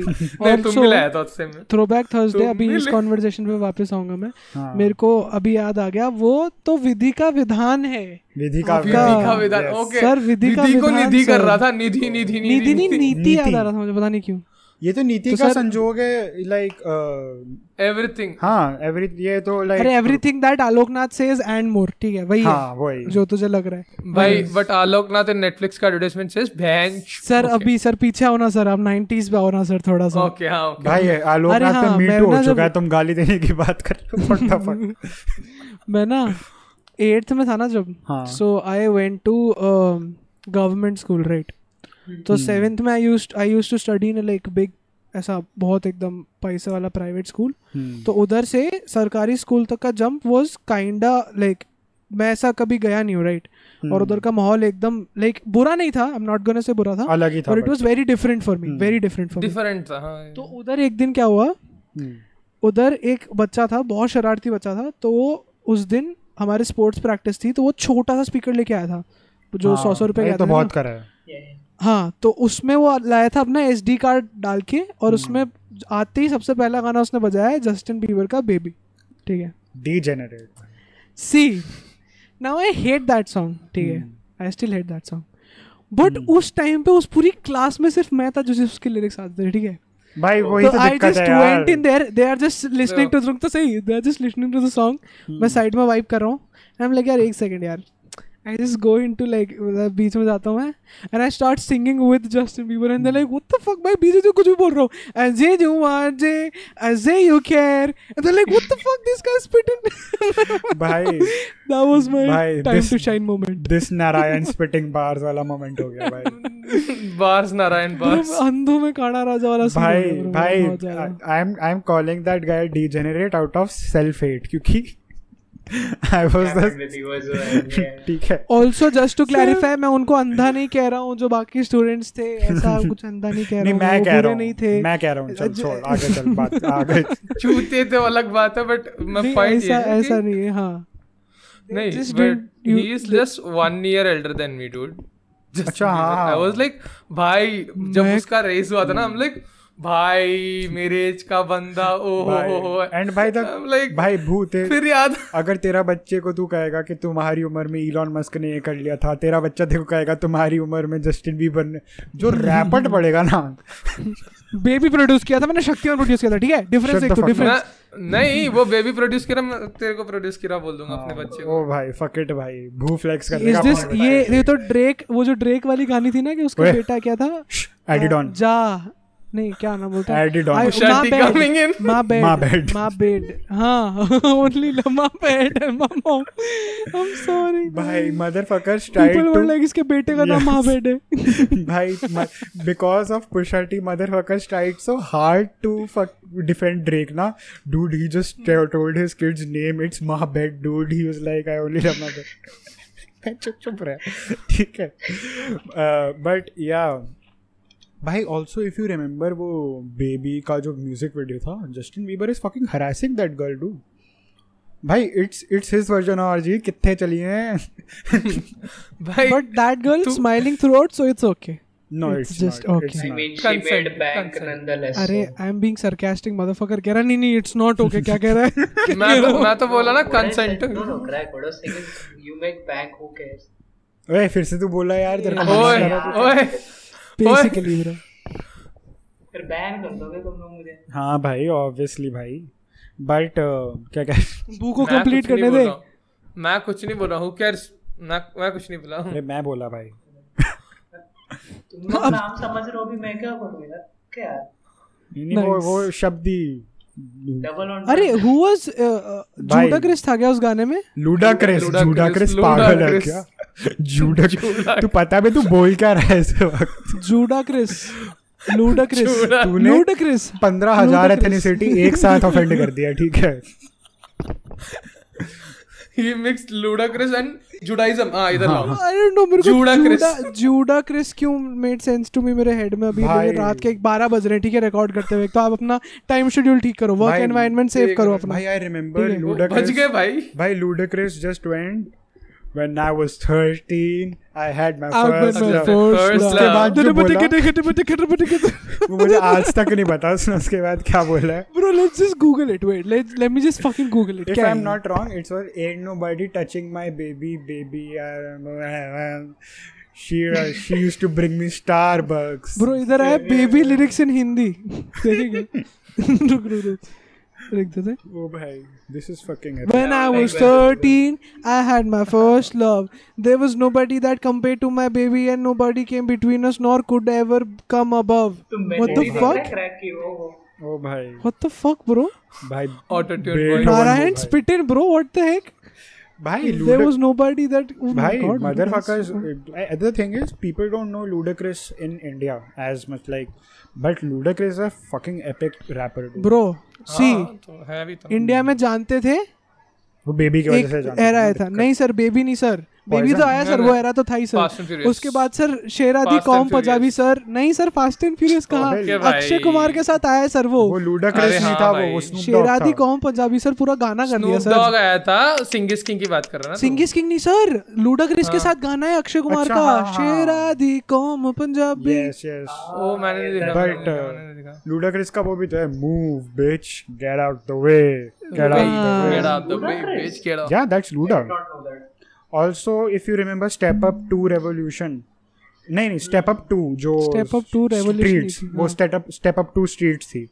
S2: <laughs> नहीं, तुम भी लाया
S4: ऑल्सो
S2: था उससे में
S4: throwback thursday
S2: तुम
S4: अभी
S2: भी
S4: इस
S2: ले-
S4: कॉन्वर्जेशन पे वापस आऊंगा मैं
S1: हाँ।
S4: मेरे को अभी याद आ गया वो तो विधि का विधान है
S1: विधि का
S4: विधि
S2: विधि का
S4: हाँ,
S2: विधान
S1: yes.
S2: ओके
S4: सर, विधि का
S2: विधि को
S4: विधान,
S2: निधि कर
S4: सर।
S2: रहा था निधि निधि
S4: निधि नहीं नीति याद
S1: नीति।
S4: आ रहा था मुझे पता नहीं क्यों
S1: ये तो नीति
S4: तो
S1: का
S4: सर-
S1: संजोग है uh, लाइक
S2: एवरीथिंग
S1: हाँ एवरी ये तो लाइक
S4: अरे everything that Aloknath says and more ठीक है वही
S1: हाँ
S4: है
S1: वही
S4: जो तुझे लग रहा है
S2: भाई बट आलोकनाथ इन नेटफ्लिक्स का एडवर्टाइजमेंट सेज भैंच
S4: सर अभी सर पीछे आओ ना सर आप 90s पे आओ ना सर थोड़ा सा
S2: ओके हाँ ओके
S1: भाई ये
S4: अरे
S1: आलोकनाथ
S4: हाँ,
S1: पे
S4: मैं
S1: मीटू
S4: ना
S1: हो
S4: जब-
S1: चुका है तुम गाली देने की बात कर रहे हो
S4: <laughs>
S1: फटाफट
S4: मैं ना एट्थ में था ना जब
S1: हाँ।
S4: So I went to um, government school right तो
S1: Hmm.
S4: सेवेंथ में I use I use to study in like big ऐसा बहुत एकदम पैसे वाला प्राइवेट स्कूल
S1: Hmm. हम्म,
S4: तो उधर से सरकारी स्कूल तक का जंप वॉज काइंडा लाइक मैं ऐसा कभी गया नहीं हूँ राइट
S1: Hmm.
S4: और उधर का माहौल एकदम लाइक बुरा नहीं था I am not gonna say बुरा था
S1: अलग ही अच्छा था Hmm.
S4: और it was very different for me very different for me
S2: different था हाँ
S4: तो उधर एक दिन क्या हुआ
S1: हम्म।
S4: उधर एक बच्चा था बहुत शरारती बच्चा था तो वो उस दिन हमारे स्पोर्ट्स प्रैक्टिस थी तो वो छोटा सा स्पीकर लेके आया था जो सौ सौ रुपये
S1: ये
S4: का
S1: तो
S4: था
S1: बहुत
S4: ना।
S1: करा है
S4: हाँ तो उसमें वो लाया था अपना एस कार्ड डाल के
S1: हम्म।
S4: और उसमें आते ही सबसे पहला गाना उसने बजाया है जस्टिन बीबर का बेबी ठीक है
S1: D generate
S4: C now I hate that song ठीक है
S1: हम्म।
S4: I still hate that song but उस टाइम पे उस पूरी क्लास में सिर्फ मैं था जो सिर्फ उसके लिरिक्स आते थे ठीक है
S1: भाई वही
S4: तो
S1: तो
S4: आई
S1: दिक्कत
S4: जस्ट
S1: है यार
S4: went in there they are just listening to रुक तो सही they are just listening to the
S1: Hmm.
S4: Song मैं साइड में वाइब कर रहा हूँ आई एम लाइक यार एक सेकंड यार I just go in to like बीच में जाता हूँ मैं and I start singing with Justin Bieber and like what the fuck भाई बीच में जो कुछ भी बोल रहा हूँ as a you want J as a you care and like what the fuck this guy spitting <laughs>
S1: भाई
S4: दैट वाज माय
S1: भाई,
S4: time
S1: this-
S4: to shine moment
S1: this Narayan spitting bars वाला मोमेंट हो गया
S4: <laughs>
S1: भाई
S2: बार्स नारायण बार्स
S4: अंधों में काड़ा राजा वाला scene हो
S1: भाई
S4: गया, bro,
S1: भाई
S4: बहुत ज्यादा।
S1: I am I am calling that guy degenerate out of self hate क्योंकि <laughs> I was the
S3: happened with you as well. <laughs>
S1: <laughs>
S3: Yeah.
S1: ठीक है
S4: ऑल्सो जस्ट टू क्लैरिफाई मैं उनको अंधा नहीं कह रहा हूँ जो बाकी स्टूडेंट्स थे
S1: <laughs>
S4: ऐसा कुछ अंधा नहीं कह रहा
S1: नहीं
S4: हूँ
S1: मैं
S4: वो
S1: कह रहा
S4: बुरे
S1: हूँ
S4: नहीं थे अच्छा।
S1: मैं कह रहा हूँ चल
S4: ज-
S1: छोड़ आगे चल बात
S4: <laughs>
S1: आगे
S2: चूते थे वो तो अलग बात है बट मैं
S4: नहीं,
S2: पॉइंट
S4: ऐसा ऐसा नहीं है हाँ
S2: नहीं
S4: Just
S2: but
S4: didn't you-
S2: he is just one year elder than me dude Just
S1: अच्छा,
S2: one year.
S1: हाँ,
S2: I
S1: हाँ।
S2: was like भाई जब
S4: मैं-
S2: उसका रेस हुआ था ना हम लाइक भाई मेरे एज का बंदा ओ हो हो हो
S1: एंड भाई
S4: अच्छा,
S1: द
S2: I'm like-
S1: भाई भूत है
S2: फिर
S4: <laughs>
S2: याद
S1: अगर तेरा बच्चे को तू कहेगा कि तुम्हारी उम्र में इलॉन मस्क ने ये कर लिया था तेरा बच्चा देखो कहेगा तुम्हारी उम्र में जस्टिन बीबर ने
S4: <laughs>
S1: जो रैपट पड़ेगा ना
S4: बेबी प्रोड्यूस किया था मैंने शक्तिमान प्रोड्यूस किया था ठीक है
S1: Shut
S4: डिफरेंस
S1: the
S4: एक तो
S1: fuck up.
S4: डिफरेंस
S2: मैं- नहीं वो बेबी प्रोड्यूस करा मैं तेरे को प्रोड्यूस करा बोल दूंगा अपने
S4: अच्छा।
S2: बच्चे को
S1: ओ भाई फक इट भाई भू फ्लेक्स करने
S4: इज
S1: का
S4: दिस ये ये तो ड्रेक वो जो ड्रेक वाली गानी थी ना कि उसका
S1: ओए।
S4: बेटा क्या था
S1: एडिड ऑन
S4: जा नहीं क्या नाम बोलता
S1: Added on.
S2: Usha T coming in.
S4: My bad
S1: My bad.
S4: My bad <laughs> हां ओनली लम्मा bad my mom I am sorry
S1: भाई mother fucker
S4: people were
S1: tried
S4: like इसके बेटे का नाम
S1: Yes.
S4: माय बेड है
S1: टू भाई because of Pusha T mother fucker tried so hard to defend Drake ना dude he just told his kids name it's my bad dude he was like I only love my bad <laughs> चुप चुप रहा ठीक है but yeah भाई also if you remember वो baby का जो म्यूजिक वीडियो था Justin Bieber is fucking harassing that girl do भाई इट्स इट्स हिज वर्जन और जी कितने चली हैं <laughs>
S2: भाई
S4: but that girl smiling throughout so it's
S2: <laughs>
S4: okay
S1: No,
S4: It's
S1: it's,
S4: just
S1: not.
S4: okay.
S1: It's
S3: I
S1: not.
S3: mean, she
S2: Consent,
S3: made bank
S2: consent.
S3: nonetheless.
S4: अरे
S3: so.
S4: I am being sarcastic motherfucker कह रहा नहीं नहीं इट्स नॉट ओके क्या कह
S2: <laughs>
S4: रहा है <laughs>
S2: मैं तो मैं तो बोला ना
S3: What I said-
S2: consent
S3: No, no, crack. What I was saying is, you make bank, who cares?
S1: ओए फिर से तू बोला यार तेरे को
S2: ओए
S1: बोलना था।
S2: ओए ओए
S4: बेसिकली ब्रो
S3: फिर बैन कर दोगे तुम लोग मुझे
S1: हाँ भाई ऑब्वियसली भाई बट क्या कह
S4: बू को
S2: मैं
S4: कंप्लीट
S2: कुछ नहीं
S4: करने
S2: बोल
S4: दे
S2: रहा हूँ। मैं कुछ नहीं बोल रहा हूँ कैर्स मैं मैं कुछ नहीं बोला हूँ
S1: अरे मैं बोला भाई
S3: तुम लोग नाम समझ रहे हो भी मैं क्या बोलूँ यार क्या
S1: नहीं नहीं, वो
S4: Nice.
S1: वो शब्द ही
S3: डबल ऑन
S4: अरे uh, हु वाज
S1: भाई।
S4: जूडा क्रिस था क्या उस गाने में
S1: लूडाक्रेस
S2: Ludacris,
S1: जूडाक्रेस
S2: Ludacris.
S1: पागल है क्या जूडा तू पता भी तू बोल क्या रहा है इस वक्त
S4: जूडा क्रिस लूडा क्रिस
S2: जूडा-
S1: तूने-
S4: लूडा क्रिस
S1: पंद्रह हजार
S4: Ludacris.
S1: एथेनिसिटी एक साथ ऑफेंड कर दिया ठीक है
S2: he mixed Ludacris and Judaism हाँ इधर लाओ
S4: आई डोंट नो मेरे को
S2: Judah Chris.
S4: Judah Judah Chris क्यों मेड सेंस टू मी मेरे हेड में अभी
S1: भाई।
S4: मेरे रात के 12 बज रहे हैं ठीक है रिकॉर्ड करते हुए तो आप अपना टाइम शेड्यूल ठीक करो वर्क
S1: भाई,
S4: एनवायरनमेंट सेव
S2: एक
S4: करो
S2: मिनट,
S4: अपना
S1: भाई आई रिमेम्बर
S2: बच
S1: लूडाक्रेस
S2: गए भाई
S1: भाई ludacris just went when i was 13 i had my
S4: Out
S1: first
S4: with my
S1: love
S4: first
S2: First
S1: उसके
S2: love.
S1: बाद जो बोला वो <laughs> मुझे
S4: ब्रो
S1: आज तक नहीं पता उसने उसके बाद क्या बोला है
S4: let's just Google it wait let let me just fucking Google it
S1: if
S4: क्या
S1: i'm
S4: है?
S1: not wrong it was ain't nobody touching my baby baby um, she uh, she used to bring me starbucks
S4: bro इधर आया baby lyrics in Hindi देखेंगे <laughs> रुक रुक रुक लिख देते
S1: oh bhai this is fucking it
S4: When I was 13, I had my first love. There was nobody that compared to my baby, and nobody came between us, nor could ever come above. What the fuck?
S3: Crack की वो वो
S1: oh bhai
S4: What the fuck, bro?
S1: bhai
S2: Auto-tune
S1: बेटा
S2: No boy.
S4: Narayan spit in, bro. What the heck?
S1: bhai
S4: There
S1: Ludac-
S4: was nobody that. Oh my
S1: Bhai,
S4: God,
S1: motherfuckers. uh, Other thing is, people don't know Ludacris in India as much. Like, but Ludacris is a fucking epic rapper. dude.
S4: Bro, see,
S2: हाँ, तो है भी तो
S4: India में जानते थे
S1: वो baby की वजह
S4: एक
S1: से जानते
S4: एरा
S1: हैं।
S4: आया था नहीं सर बेबी नहीं सर बेबी
S1: Poison?
S4: तो आया सर
S2: नहीं,
S4: वो
S2: नहीं।
S4: एरा तो था ही
S2: Fast and
S4: सर
S2: Furious.
S4: उसके बाद सर शेर आदि
S2: Fast and
S4: कौम
S2: Furious.
S4: पंजाबी सर नहीं सर फास्ट एंड फ्यूरियस कहाँ
S1: Okay,
S2: भाई।
S4: अक्षय कुमार के साथ आया सर वो
S1: वो Ludacris
S2: अरे
S1: नहीं
S2: हाँ
S1: था वो
S2: भाई।
S1: वो Snoop Dogg
S4: शेरादी
S1: था।
S4: कौम पंजाबी सर पूरा गाना कर दिया
S2: Snoop Dogg
S4: सर
S2: आया था सिंगिस किंग की बात कर रहा ना तू?
S4: सिंगिस किंग नहीं सर लूडा क्रिस
S2: हाँ।
S4: के साथ गाना है अक्षय कुमार
S1: अच्छा,
S4: का
S1: हाँ, हाँ, हाँ।
S4: शेरादी कौम पंजाबी
S1: Yes, yes.
S2: ओ मैंने नहीं देखा मैंने
S1: But
S2: नहीं देखा, मैंने नहीं देखा।
S1: uh, Ludacris का वो भी तो है. Move, bitch. Get out the way. Get out the
S4: Wait.
S1: way.
S2: Get out the way, bitch, get out.
S1: Yeah, that's Luda.
S3: not know that
S1: Also, if you remember Step Up 2 Revolution. नहीं नहीं step up two जो
S4: Step Up 2 Revolution ही
S1: streets
S4: थी,
S1: वो
S4: हाँ।
S1: Step up step up two streets थी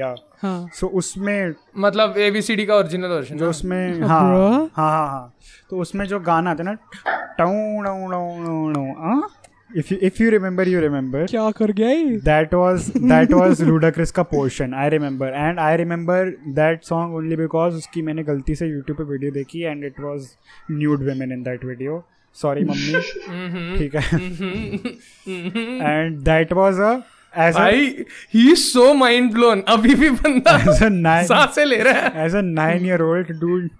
S1: या
S4: हाँ
S1: सो उसमें
S2: मतलब एबीसीडी का ओरिजिनल
S1: जो
S2: वर्जन
S1: उसमें
S4: हाँ,
S1: हाँ
S4: bro.
S1: हाँ हाँ हाँ तो उसमें जो गाना आता है ना टाउ टाउ टाउ टाउ if you if you remember you remember
S4: क्या कर गया ये
S1: that was that was ludacris का portion i remember and i remember that song only because उसकी मैंने गलती से youtube पे वीडियो देखी and it was nude women in that video sorry मम्मी ठीक है and that was a as a
S2: भाई he is so mind blown अभी भी बंदा
S1: as a nine
S2: सांसें ले रहा है
S1: as a nine year old dude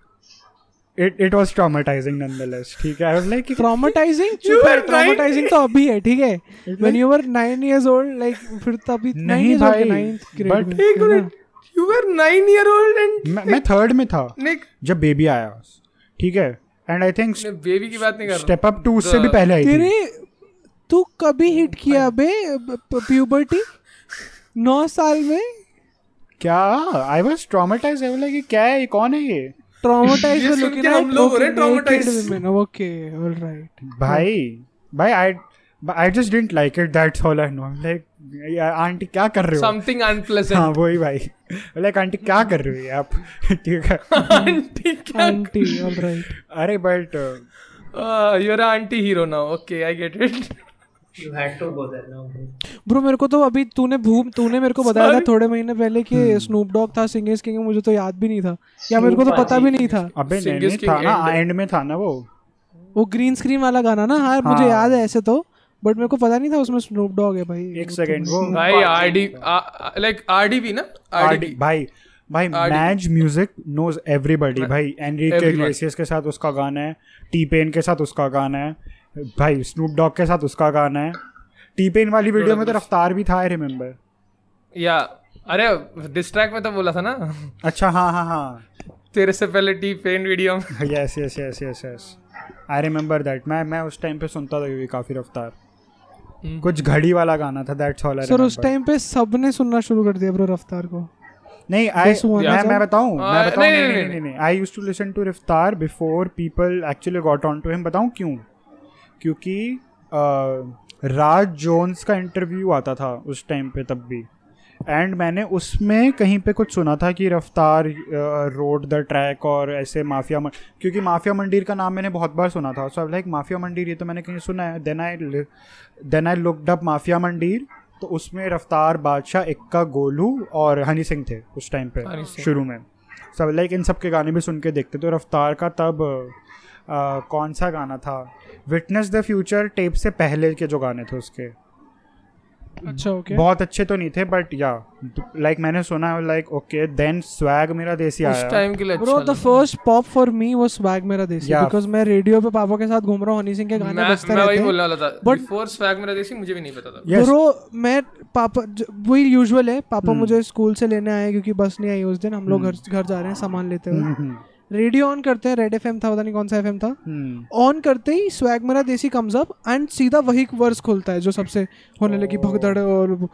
S1: it it was traumatizing nonetheless ठीक है I was like
S4: ट्रॉमाटाइजिंग
S2: You
S4: चुप
S2: were
S4: है
S2: trying-
S4: ट्रॉमाटाइजिंग तो अभी है ठीक है when you were 9 years old like फिर तो अभी 9
S1: नहीं
S4: इयर्स ओल्ड
S1: भाई,
S4: 9th ग्रेड
S1: but-
S4: में,
S2: एक
S4: है ना?
S2: मिनट you are nine year old and
S1: मैं मैं थर्ड में था
S2: निक
S1: जब बेबी आया ठीक है एंड आई थिंक
S2: बेबी की बात नहीं कर रहा
S1: स्टेप अप टू उससे भी
S2: The-
S1: पहले आई थी
S4: तेरे तू कभी हिट किया बे प्यूबर्टी 9 साल में
S1: क्या I was traumatize I was like क्या है ये कौन है ये
S4: ट्रॉमाटाइज
S2: ये
S4: वर
S2: सुन
S4: लुकिंग
S2: के हम लोग हो रहे हैं traumatized.
S4: ओके ऑलराइट
S1: भाई भाई I I just didn't like it that's all I know like aunty क्या कर रहे हो
S2: समथिंग
S1: हाँ
S2: अनप्लेजेंट
S1: वही भाई लाइक आंटी क्या कर रही है आप <laughs> ठीक है
S2: आंटी क्या
S4: आंटी ऑलराइट
S1: अरे but
S2: you are aunty hero now okay I get it
S3: You had to go there now. bro.
S4: Bro मेरे को तो अभी तूने भूम तूने मेरे को बताया था थोड़े महीने पहले कि
S1: Hmm.
S4: स्नूप डॉग था सिंगर्स किंग मुझे तो याद भी नहीं था या मेरे को तो पता भी नहीं था
S1: अबे नहीं,
S2: Singer's
S1: नहीं
S2: King
S1: था ना
S2: end.
S1: एंड में था ना वो
S4: वो ग्रीन स्क्रीन वाला गाना ना हाँ मुझे
S1: हाँ।
S4: याद है ऐसे तो बट मेरे को पता नहीं था उसमें स्नूप डॉग है भाई
S1: एक सेकंड वो
S2: भाई आरडी लाइक आरडीबी ना
S1: आरडी
S2: आरडीबी
S1: भाई भाई मैज म्यूजिक नोज एवरीबॉडी भाई एनरिके
S2: Everyone.
S1: ग्लेसियस के साथ उसका गाना है टी पेन के साथ उसका गाना है भाई स्नूप डॉग के साथ उसका गाना है टी पेन वाली वीडियो में तो रफ्तार भी था आई रिमेम्बर
S2: या अरे डिस्ट्रैक्ट में तो बोला था ना
S1: अच्छा हाँ हाँ हाँ
S2: तेरे से पहले टी पेन वीडियो में
S1: yes yes yes yes yes I remember that मैं मैं उस टाइम पे सुनता था क्योंकि काफी रफ्तार कुछ घड़ी वाला गाना था दैट्स ऑल आई
S4: सर उस टाइम पे सबने सुनना शुरू कर दिया ब्रो रफ्तार को
S1: नहीं आई
S4: This one.
S1: मैं मैं बताऊं
S2: आ,
S1: मैं बताऊं
S2: नहीं,
S1: Uh, नहीं
S2: नहीं,
S1: नहीं नहीं I used to listen to Raftaar before people actually got on to him बताऊं क्यों क्योंकि अ, राज जोन्स का इंटरव्यू आता था उस टाइम पे तब भी एंड मैंने उसमें कहीं पे कुछ सुना था कि uh, Raftaar road the track और ऐसे माफिया मन... क्योंकि माफिया मंदिर का नाम मैंने बहुत बार सुना था सो लाइक माफिया मंदिर ये तो मैंने कहीं सुना है then I then I looked up mafia Mundeer तो उसमें रफ्तार बादशाह इक्का गोलू और हनी सिंह थे उस टाइम पे
S2: हनी सिंह।
S1: शुरू में सब लाइक इन सब के गाने भी सुन के देखते तो रफ्तार का तब अ, कौन सा गाना था विटनेस द फ्यूचर टेप से पहले के जो गाने थे उसके
S4: अच्छा ओके
S1: बहुत अच्छे तो नहीं थे बट या लाइक मैंने सुना लाइक ओके देन स्वैग मेरा देसी
S2: उस
S1: आया
S2: टाइम के लिए
S4: ब्रो द
S2: अच्छा
S4: फर्स्ट पॉप फॉर मी वो स्वैग मेरा देसी
S1: Yeah.
S4: बिकॉज मैं रेडियो पे पापा के साथ घूम रहा हूँ हनी सिंह के
S2: मैं
S4: गाने बजते
S2: मैं वही
S4: रहते हैं
S2: बोलने वाला था
S4: But-
S2: बिफोर स्वैग मेरा देसी मुझे भी नहीं पता था
S1: Yes. Hmm।
S4: ब्रो मैं पापा ज- वही यूजुअल है पापा मुझे स्कूल से लेने आए क्योंकि बस नहीं आई उस दिन हम लोग घर घर जा रहे हैं सामान लेते हुए
S1: हम्म,
S4: रेडियो ऑन करते हैं रेड एफएम था पता नहीं कौन सा एफएम था
S1: हम्म,
S4: ऑन करते ही स्वैग मेरा देसी कम्स अप एंड सीधा वही वर्स खुलता है जो सबसे होने लगी
S1: Oh.
S4: भगदड़ और and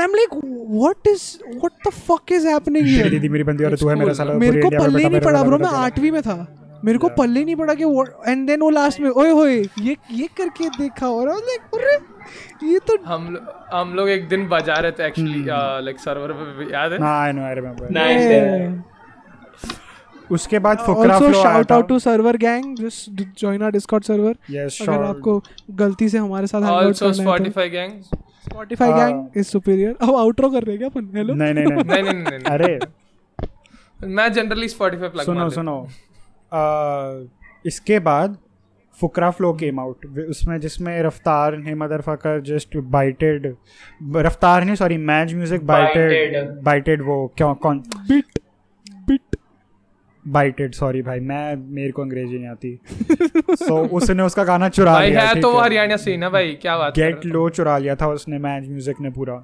S4: I am like what is what the fuck is happening
S1: तेरी
S4: हियर
S1: दीदी मेरी बंदी और तू है मेरा साला
S4: मेरे
S1: पूरे
S4: को
S1: इंडिया में बेटा
S4: पल्ले नहीं
S1: मेरा
S4: पड़ा
S1: साला
S4: ब्रो मैं
S1: बेटा।
S4: आठवीं में था मेरे को पल्ले नहीं पड़ा कि एंड देन वो लास्ट में ओए होए ये ये करके देखा और आई वाज लाइक अरे ये तो
S2: हम लो- हम लोग एक दिन बजा रहे थे एक्चुअली
S4: Hmm.
S2: लाइक सर्वर पे याद है
S1: हाँ I know I remember
S3: Nice. Yeah.
S1: उसके बाद फुकरा
S4: ऑल्सो
S1: फ्लो आया
S4: शाउट
S1: था
S4: out to server gang just join our Discord server
S1: yes
S4: अगर आपको गलती से हमारे साथ हैंगआउट
S2: ऑल्सो
S4: करना है तो
S2: Spotify gang
S4: Spotify gang is superior अब आउटरो कर रहे हैं क्या अपन हेलो
S1: नहीं नहीं नहीं
S2: नहीं नहीं नहीं नहीं।
S1: अरे
S2: मैं जनरली स्पॉटिफाई प्लग
S1: सुनो सुनो अ, इसके बाद फुकरा फ्लो केम आउट उसमें जिसमें रफ्तार ने mother fucker just bited Raftaar ने sorry match music bited
S3: Bited.
S1: Bited वो क्यों कौन
S4: बिट बिट
S1: बाइटेड सॉरी भाई मैं मेरे को अंग्रेजी नहीं आती
S2: <laughs>
S1: सो उसने उसका गाना चुरा
S2: भाई
S1: लिया
S2: है तो वो हरियाणा से ही ना भाई क्या बात कर
S1: गेट
S2: रहे हो?
S1: लो चुरा लिया था उसने मैच म्यूजिक ने पूरा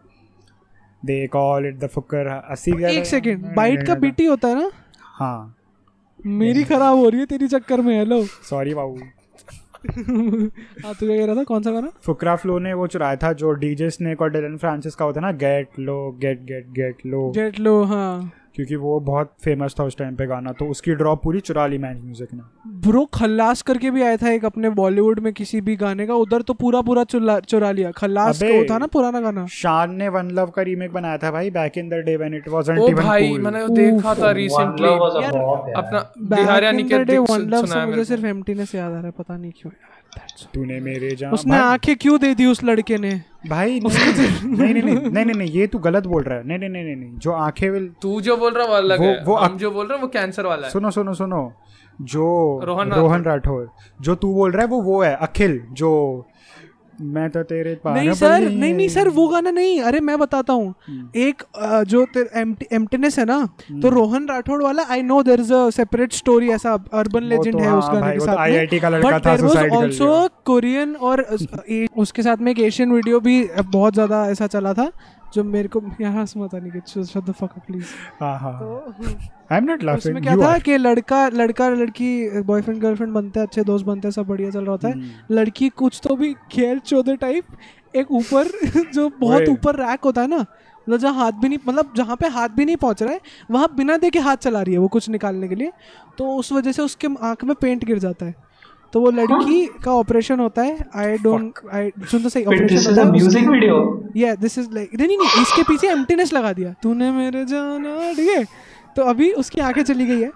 S1: दे कॉल इट द फुकर असी
S4: एक सेकंड बाइट का बीटी होता है ना
S1: हाँ
S4: मेरी खराब हो रही है तेरी चक्कर में हेलो
S1: सॉरी बाबू
S4: हाँ तू क्या कह रहा था कौन सा गाना
S1: फुकरा फ्लो ने वो चुराया था जो डीजे स्नेक और डिलन फ्रांसिस का होता है ना get low get get get low
S4: jet low हाँ
S1: क्योंकि वो बहुत फेमस था उस टाइम पे गाना तो उसकी ड्रॉप पूरी चुरा ली मैच म्यूजिक ने
S4: ब्रो खल्लास करके भी आया था एक अपने बॉलीवुड में किसी भी गाने का उधर तो पूरा पूरा चुला- चुरा लिया खल्लास
S1: अबे।
S4: का वो था ना पुराना गाना
S1: शान ने वन लव का रीमेक बनाया था भाई back in the day when it wasn't
S2: oh
S1: even
S2: भाई
S1: कूल
S2: मैंने वो देखा था
S3: One Love was
S2: recently
S3: a bop. yeah.
S2: अपना
S4: Back
S2: बिहारियानी
S4: in
S2: के
S4: the day,
S2: दिख-
S4: One Love
S2: सुना
S4: से
S2: है
S4: मुझे
S2: मेरे को।
S4: सिर्फ एम्प्टीनेस याद आ रहा है पता नहीं क्यों यार that's all.
S1: तूने मेरे जान
S4: उसने आंखें क्यों दे दी उस लड़के ने <laughs>
S1: भाई नहीं नहीं नहीं नहीं नहीं नहीं ये तू गलत बोल रहा है नहीं नहीं नहीं नहीं, नहीं जो आंखें विल
S2: तू जो बोल रहा है वो अलग
S1: वो-
S2: है
S1: वो
S2: हम
S1: अक-
S2: जो बोल रहे हैं वो कैंसर वाला है
S1: सुनो सुनो सुनो जो
S2: रोहन
S1: रोहन राठौर जो तू बोल रहा है वो वो है अखिल जो मैं तो तेरे
S4: नहीं सर नहीं नहीं सर वो गाना नहीं अरे मैं बताता हूँ
S1: हम्म।
S4: एक अ, जो एम्प्टीनेस है ना तो रोहन राठौड़ वाला I know there is a separate story ऐसा अर्बन
S1: वो
S4: लेजेंड
S1: तो
S4: है उस
S1: हाँ
S4: गाने
S1: भाई,
S4: के
S1: वो तो
S4: साथ
S1: IIT का
S4: में
S1: लड़का
S4: बट
S1: था,
S4: देयर वाज
S1: suicide कर
S4: आल्सो
S1: लिया।
S4: कोरियन और अ, ए- उसके साथ में एक एशियन वीडियो भी बहुत ज्यादा ऐसा चला था जो मेरे को यहाँ से मत आने के शट द फक प्लीज
S1: हाँ हाँ आई एम नॉट
S4: तो <laughs> उसमें
S1: लाफिंग
S4: क्या
S1: यू
S4: था कि लड़का लड़का लड़की बॉयफ्रेंड गर्लफ्रेंड बनते हैं अच्छे दोस्त बनते हैं सब बढ़िया चल रहा होता
S3: Hmm.
S4: है लड़की कुछ तो भी खेल चौधे टाइप एक ऊपर <laughs> जो बहुत
S1: वही।
S4: ऊपर रैक होता है ना मतलब जहाँ हाथ भी नहीं मतलब जहाँ पे हाथ भी नहीं पहुँच रहा है वहाँ बिना दे के हाथ चला रही है वो कुछ निकालने के लिए तो उस वजह से उसके आंख में पेंट गिर जाता है तो वो लड़की का ऑपरेशन होता है आई डोंट आई सुन तो सही
S3: Wait,
S4: ऑपरेशन
S3: this is
S4: होता
S3: a
S4: है
S3: music video.
S4: या दिस इज लाइक नहीं नहीं इसके पीछे एम्प्टीनेस लगा दिया तूने मेरे जाना ठीक है तो अभी उसकी आंखें चली गई है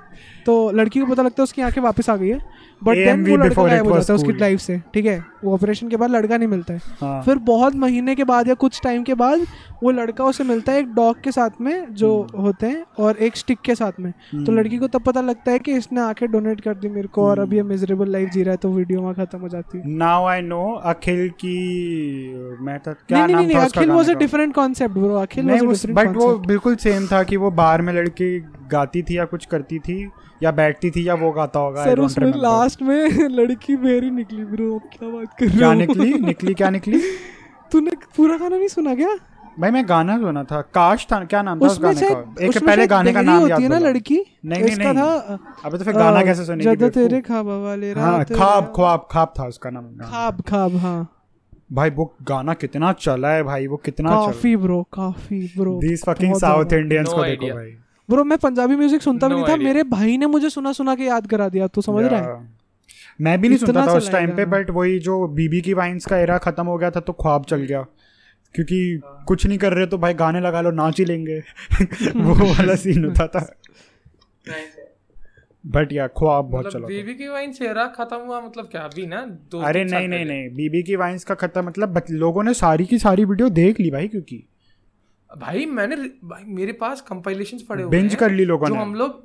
S4: तो लड़की को पता लगता है उसकी आंखें वापस आ गई है बट देन
S1: AMV
S4: वो लड़का
S1: before
S4: गायब
S1: it
S4: हो
S1: was
S4: जाता है उसकी
S1: cool.
S4: लाइफ से ठीक है वो ऑपरेशन के बाद लड़का नहीं मिलता है
S1: हाँ।
S4: फिर बहुत महीने के बाद या कुछ टाइम के बाद वो लड़का उसे मिलता है एक डॉग के साथ में जो
S1: Hmm.
S4: होते हैं और एक स्टिक के साथ में तो लड़की को तब पता लगता है कि इसने आंखें डोनेट कर दी मेरे को और अब ये
S1: Hmm.
S4: मिजरेबल लाइफ जी रहा है तो वीडियो वहाँ खत्म हो जाती है
S1: नाउ आई नो अखिल की मैं तो क्या
S4: नहीं नहीं
S1: नाम
S4: नहीं
S1: था उसका
S4: अखिल वाज
S1: गाने
S4: अ
S1: का?
S4: डिफरेंट कॉन्सेप्ट ब्रो अखिल
S1: नहीं
S4: वाज अ
S1: उस
S4: डिफरेंट
S1: बट वो बिल्कुल सेम था कि वो बार में लड़की गाती थी या कुछ करती थी या बैठती थी या वो गाता होगा I
S4: सर
S1: don't
S4: उसमें
S1: remember.
S4: लास्ट में <laughs> लड़की मेरी निकली ब्रो अब क्या बात कर रहे
S1: क्या
S4: हो
S1: निकली निकली क्या निकली
S4: <laughs> तूने पूरा गाना नहीं सुना क्या
S1: भाई मैं गाना सुना था काश था क्या नाम था उस
S4: उसमें
S1: गाने
S4: शायद
S1: का एक
S4: उसमें
S1: पहले
S4: शायद
S1: गाने का
S4: दिल्ली
S1: नाम
S4: होती
S1: याद
S4: है ना
S1: होगा।
S4: लड़की
S1: नहीं, नहीं,
S4: इसका
S1: नहीं।
S4: था
S1: अबे तो फिर गाना कैसे सुनेगी
S4: जद
S1: बेवकूफ?
S4: तेरे ख्वाबा वाले
S1: हाँ
S4: रात
S1: ख्वाब ख्वाब ख्वाब था उसका नाम गाना।
S4: ख्वाब ख्वाब हाँ
S1: भाई वो गाना कितना चला है भाई वो कितना चला
S4: काफी ब्रो काफी bro
S1: these fucking south Indians
S2: No
S1: को देखो
S2: idea.
S1: भाई
S4: ब्रो मैं पंजाबी म्यूजिक सुनता भी
S2: No
S4: नहीं था
S2: idea.
S4: मेरे भाई ने मुझे सुना सुना के याद करा दिया तू समझ रहा है
S1: Yeah. मैं भी नहीं
S4: इतना
S1: सुनता था उस
S4: चला है
S1: टाइम पे
S4: गाना।
S1: बट वही जो बीबी की वाइन्स का एरा खत्म हो गया था तो ख्वाब चल गया क्योंकि कुछ नहीं कर रहे तो भाई गाने लगा लो नाच ही लेंगे <laughs> वो वाला सीन होता था बट या ख्वाब बहुत
S2: मतलब
S1: चला था।
S2: बीबी की वाइन चेहरा खत्म हुआ मतलब क्या अभी ना दो
S1: अरे
S2: तीन साल
S1: नहीं नहीं
S2: पहले।
S1: नहीं बीबी की वाइन्स का खत्म मतलब बच- लोगों ने सारी की सारी वीडियो देख ली भाई क्योंकि
S2: भाई मैंने भाई मेरे पास कंपाइलेशंस पड़े हुए
S1: Binge
S2: हैं,
S1: कर ली लोगों
S2: जो
S1: ने।
S2: हम लोग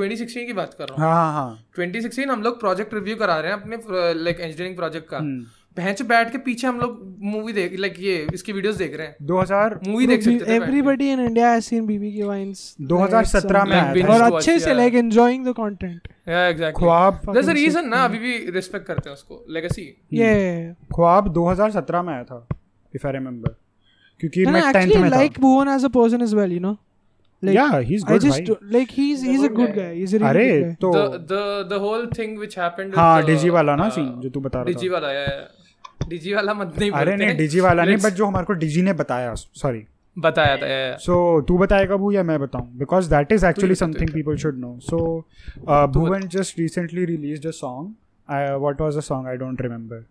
S2: 2016 की बात कर रहा हूँ
S1: हाँ हाँ हाँ
S2: 2016 हम लोग प्रोजेक्ट रिव्यू करा रहे हैं अपने लाइक इंजीनियरिंग प्रोजेक्ट का
S1: हम्म।
S2: भैंस बैठ के पीछे हम लोग मूवी देख लाइक ये इसकी वीडियोस देख रहे हैं
S1: 2000
S2: मूवी देख सकते थे बैठ के।
S4: Everybody in India has seen BB की वाइन्स
S1: 2017 में
S2: Like
S1: आया
S2: binge
S1: था।
S4: और
S2: watch,
S4: अच्छे से
S2: yeah.
S4: Like enjoying the content
S2: Yeah, exactly.
S1: ख्वाब
S2: There's a reason ना अभी भी रिस्पेक्ट करते हैं उसको लेगेसी
S1: Hmm.
S4: ये
S1: ख्वाब 2017 में आया था इफ आई रिमेम्बर क्योंकि मैं
S4: No, no,
S1: 10th
S4: actually,
S1: में
S4: like
S1: था
S4: Bhuvan as a person as well, you know. Like,
S1: Yeah, he's
S4: I
S1: good,
S4: just
S1: bhai.
S4: like he's he's a good guy. He's a really
S1: अरे
S4: good guy.
S1: तो
S2: the the the whole thing which happened with
S1: हाँ
S2: the-
S1: डिजी वाला ना
S2: uh,
S1: scene जो तू बता रहा
S2: डिजी वाला yeah, yeah. डिजी वाला मत नहीं
S1: था अरे
S2: बोलते
S1: नहीं
S2: हैं।
S1: डिजी वाला नहीं
S2: Let's-
S1: बट जो हमारे को डिजी ने बताया सॉरी
S2: बताया था yeah, yeah.
S1: सो तू बताएगा भू या मैं बताऊं बिकॉज दैट इज एक्चुअली
S2: बता, तू
S1: something people should know so uh, Bhuvan just recently release a song what was the song I don't remember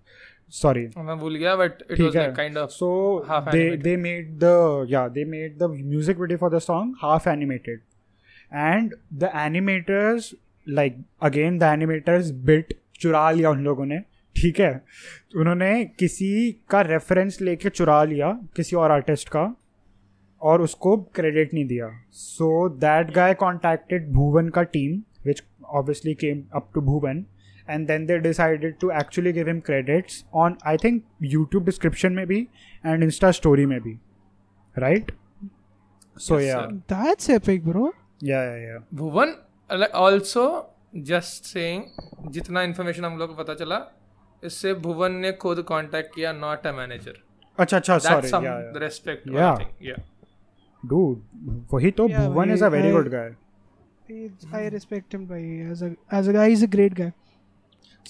S1: sorry
S2: मैं भूल गया बट इट
S1: ठीक
S2: वाज
S1: है
S2: like kind of
S1: so
S2: half
S1: they
S2: animated.
S1: They made the या they made the music video for the song half animated and the animators like again the animators bit चुरा लिया उन लोगों ने ठीक है उन्होंने किसी का रेफरेंस लेके चुरा लिया किसी और आर्टिस्ट का और उसको क्रेडिट नहीं दिया so that guy contacted Bhuvan का team which obviously came up to Bhuvan and then they decided to actually give him credits on I think YouTube description में भी एंड इंस्टा स्टोरी में भी राइट सो
S2: Yes,
S1: या
S2: sir.
S4: That's epic, bro.
S1: Yeah yeah
S2: Bhuvan also just saying जितना information हम लोग को पता चला इससे भुवन ने खुद कांटेक्ट किया नॉट अ मैनेजर
S1: अच्छा अच्छा
S2: that's
S1: sorry
S2: some
S1: yeah
S2: respect
S1: Yeah.
S2: Yeah
S1: dude वही तो
S4: Yeah,
S1: भुवन
S4: भाई,
S1: इज अ वेरी
S4: भाई।
S1: Good guy
S4: He's, I respect him by as a as a guy. He's a great guy,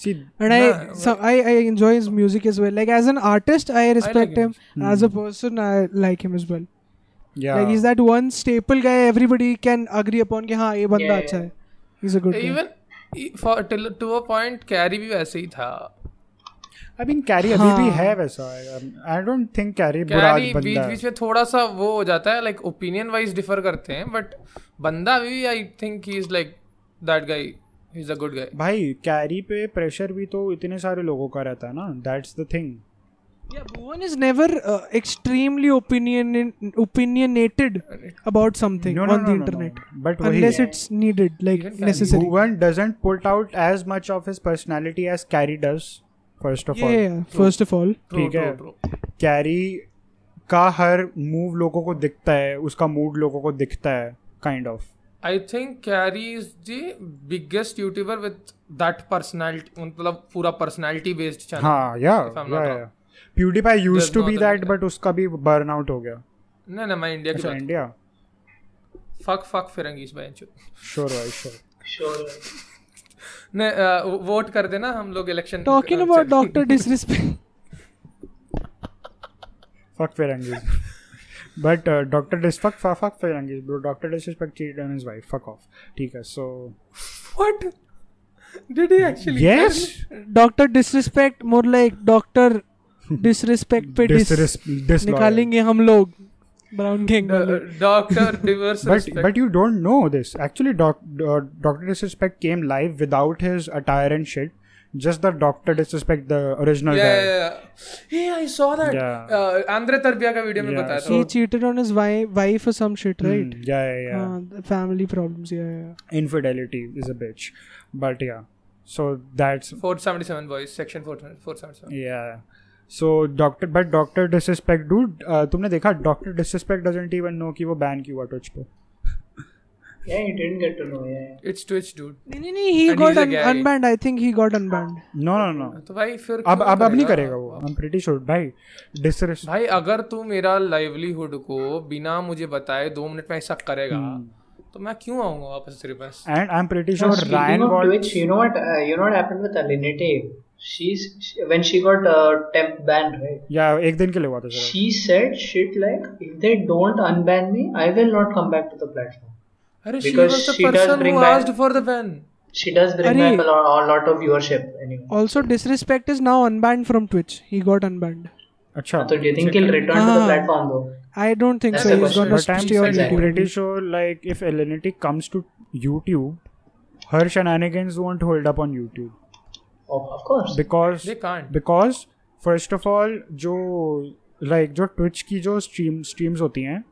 S1: see
S4: and I so, I I enjoy his music as well. Like as an artist, I respect him.
S2: him.
S4: As
S1: Hmm.
S4: a person, I like him as well.
S1: Yeah
S4: Like he's that one staple guy everybody can agree upon. कि हाँ ये बंदा
S3: Yeah,
S4: अच्छा है. He's a good guy.
S2: Even for till to a point Carry भी वैसे ही था
S1: आई मीन कैरी अभी भी
S4: हाँ।
S1: है वैसा um, I don't think Carry बुरा
S2: कैरी बीच
S1: बंदा है
S2: बीच में थोड़ा सा वो हो जाता है लाइक ओपिनियन वाइज डिफर करते हैं बट बंदा भी I think he is like that guy is a good guy
S1: भाई कैरी पे प्रेशर भी तो इतने सारे लोगों का रहता है ना that's the thing
S4: Yeah, Bhuvan is never uh, extremely opinion opinionated about something
S1: No, no,
S4: on
S1: no,
S4: the
S1: no, no.
S4: internet.
S1: But वही-
S4: unless it's needed, like
S2: Even
S4: necessary.
S1: Bhuvan doesn't put out as much of his personality as Carrie does, first of all
S4: yeah first of all
S1: ठीक है कैरी का हर move लोगों को दिखता है उसका मूड लोगों को दिखता है kind of
S2: I think Carry is the biggest YouTuber with that personality मतलब पूरा पर्सनालिटी बेस्ड चैनल
S1: हाँ yeah
S2: If I'm not wrong.
S1: PewDiePie use
S2: There's
S1: to
S2: no
S1: be
S2: other
S1: that
S2: way.
S1: But उसका भी बर्न आउट हो गया
S2: नहीं नहीं मैं इंडिया की
S1: अच्छा
S2: बात
S1: इंडिया
S2: फक फक फिरंगीस भाई चुप
S1: श्योर भाई श्योर
S3: Sure.
S2: नहीं वोट कर देना हम लोग election
S4: talking about doctor disrespect <laughs>
S1: fuck फिरंगीज बट डॉक्टर डिस्फक फक फिरंगीज bro Doctor Disrespect cheated on his wife fuck off ठीक है so
S2: <laughs> what did he actually
S1: yes
S4: doctor disrespect more like
S1: <laughs>
S4: doctor disrespect पे dis निकालेंगे हम लोग brown gang
S2: Uh,
S4: वाले
S1: <laughs>
S2: डॉक्टर डिवर्स
S1: But but you don't know this. Actually, doc, uh, Doctor Disrespect came live without his attire and shit. Just the Doctor Disrespect, the original guy.
S2: Hey I saw
S1: Yeah.
S2: That Andre Terbea का video में
S1: Yeah,
S2: बताया
S4: he
S2: था
S1: so-
S4: cheated on his wife wife or some shit right
S1: Hmm, yeah, yeah, yeah.
S4: हाँ, the family problems yeah, yeah
S1: Infidelity is a bitch. But yeah, so that's
S2: 477 boys section 477
S1: yeah. So Doctor, but Doctor Disrespect, dude, uh, तुमने देखा Doctor Disrespect doesn't even know कि वो ban क्यों हुआ Twitch पे.
S3: Yeah, you didn't get to know. Yeah.
S2: It's Twitch dude
S4: नहीं नहीं नहीं he
S2: And
S4: got
S2: he's a
S4: un-
S2: guy.
S4: unbanned I think he got unbanned
S1: No, no, no.
S2: तो भाई फिर
S1: अब
S2: क्यों
S1: अब अब नहीं करेगा वो. I'm pretty sure. भाई, disrespect.
S2: भाई अगर तू मेरा लाइवलीहुड को बिना मुझे बताए दो मिनट में ऐसा करेगा
S1: Hmm.
S2: तो मैं क्यों आऊंगा वापस तेरे पास
S1: And I'm pretty
S3: Now,
S1: sure
S3: speaking
S1: Ryan
S3: of
S1: got.
S3: Twitch, you know what? Uh, you know what happened with Alinity? She's she, when she got uh, temp banned, right?
S1: Yeah, एक दिन के लिए हुआ था sir
S3: She said shit like, if they don't unban me, I will not come back to the platform.
S2: अरे she
S3: Because
S2: was the
S3: she does
S2: person
S3: bring
S2: who
S3: back-
S2: asked for the ban.
S3: She does bring
S4: Arey.
S3: back a lot, a lot of viewership anyway.
S4: also disrespect is now unbanned from Twitch he got unbanned
S1: अच्छा
S3: So तो do you think he'll return to the
S4: Ah.
S3: platform though?
S4: I don't think
S3: That's
S4: so
S3: the
S4: he's
S3: question.
S4: gonna
S1: But I'm
S4: stay on
S3: Exactly.
S4: YouTube
S1: pretty sure, like, if Elenity comes to YouTube, her shenanigans won't hold up on YouTube
S3: Of, of course.
S1: because
S2: They can't.
S1: because first of all, जो like जो Twitch की जो stream streams होती हैं,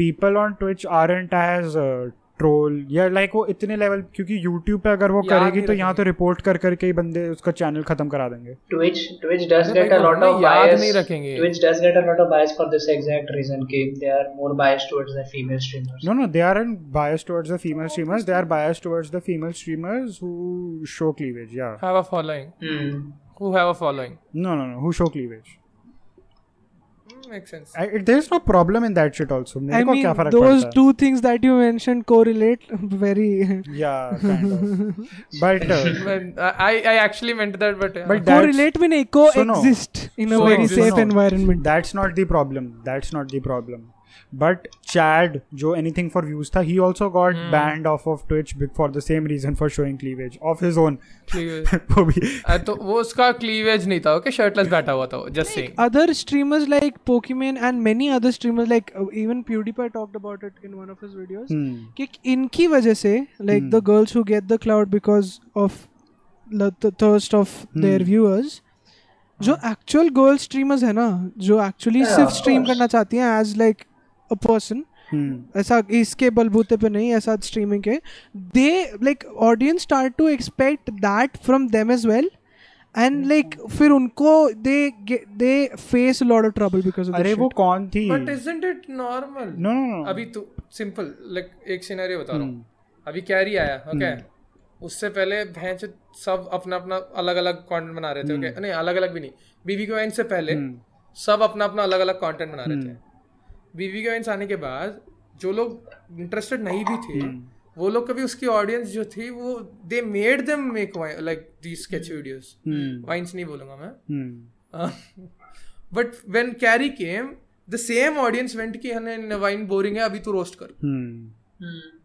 S1: people on Twitch aren't as uh, troll या like वो इतने level क्योंकि YouTube पे अगर वो
S2: याद
S1: करेगी
S2: नहीं
S1: तो यहाँ तो
S2: रखेंगे।
S1: रिपोर्ट कर करके ही बंदे उसका चैनल खत्म करा देंगे
S3: Twitch Twitch does
S2: अरे
S3: get
S2: भाई,
S3: a lot
S2: हमें
S3: of
S2: याद
S3: bias.
S2: नहीं रखेंगे।
S3: Twitch does get a lot of bias for this exact reason. कि they are more biased towards the female streamers.
S1: No, no, they aren't biased towards the female streamers. They are biased towards the female streamers who show cleavage. Yeah.
S2: Have a following.
S3: Hmm.
S2: Who have a following?
S1: No, no, no. Who show cleavage?
S2: Hmm, Makes sense.
S1: I, it, there's no problem in that shit. Also, मेरे
S4: I
S1: को क्या
S4: mean
S1: फर्क
S4: those
S1: पड़ता है?
S4: two things that you mentioned correlate <laughs> very
S1: Yeah, kind of. But uh,
S2: When- I I- I actually meant that, but yeah.
S1: But- That's-
S4: <laughs> correlate में नहीं
S1: सुनो,
S4: coexist in a very
S2: सुनो,
S4: safe environment
S1: that's not the problem. That's not the problem. But Chad, जो anything for views था, he also got banned off of Twitch be- for the same reason for showing cleavage of his own. <laughs>
S2: Cleavage.
S1: वो भी
S2: अरे तो वो उसका cleavage नहीं था ओके शर्टलेस बैठा हुआ था just saying
S4: other streamers like Pokemon and many other streamers like uh, even PewDiePie talked about it in one of his videos
S1: Hmm.
S4: कि इनकी वजह से like the girls who get the cloud because of the, the thirst of their viewers जो actual girl streamers है ना जो actually
S3: Yeah,
S4: सिर्फ
S3: of
S4: stream
S3: course.
S4: करना चाहती हैं as like a person
S1: Hmm.
S4: ऐसा इसके बलबूते पे नहीं ऐसा स्ट्रीमिंग के they like audience start to expect that from them as well and like फिर उनको they they face lot of trouble because of
S1: अरे वो कौन थी?
S2: But isn't it normal
S1: No, no, no.
S2: अभी तो सिंपल लाइक एक सिनेरियो बता रहा हूँ अभी कैरी आया ओके उससे पहले भैंस सब अपना अपना अलग अलग कंटेंट बना रहे थे ओके नहीं अलग अलग भी नहीं बीबी के वैन से पहले सब अपना अपना अलग अलग कंटेंट बना रहे थे बीबी के वैन आने के बाद जो लोग इंटरेस्टेड नहीं भी थे वो लोग कभी उसकी ऑडियंस जो थी वो they made them make like the sketch videos vines नहीं बोलूंगा मैं
S1: Hmm.
S2: Uh, <laughs> but when Carry came the same audience went की हने वाइन बोरिंग है अभी तू रोस्ट कर
S1: Hmm.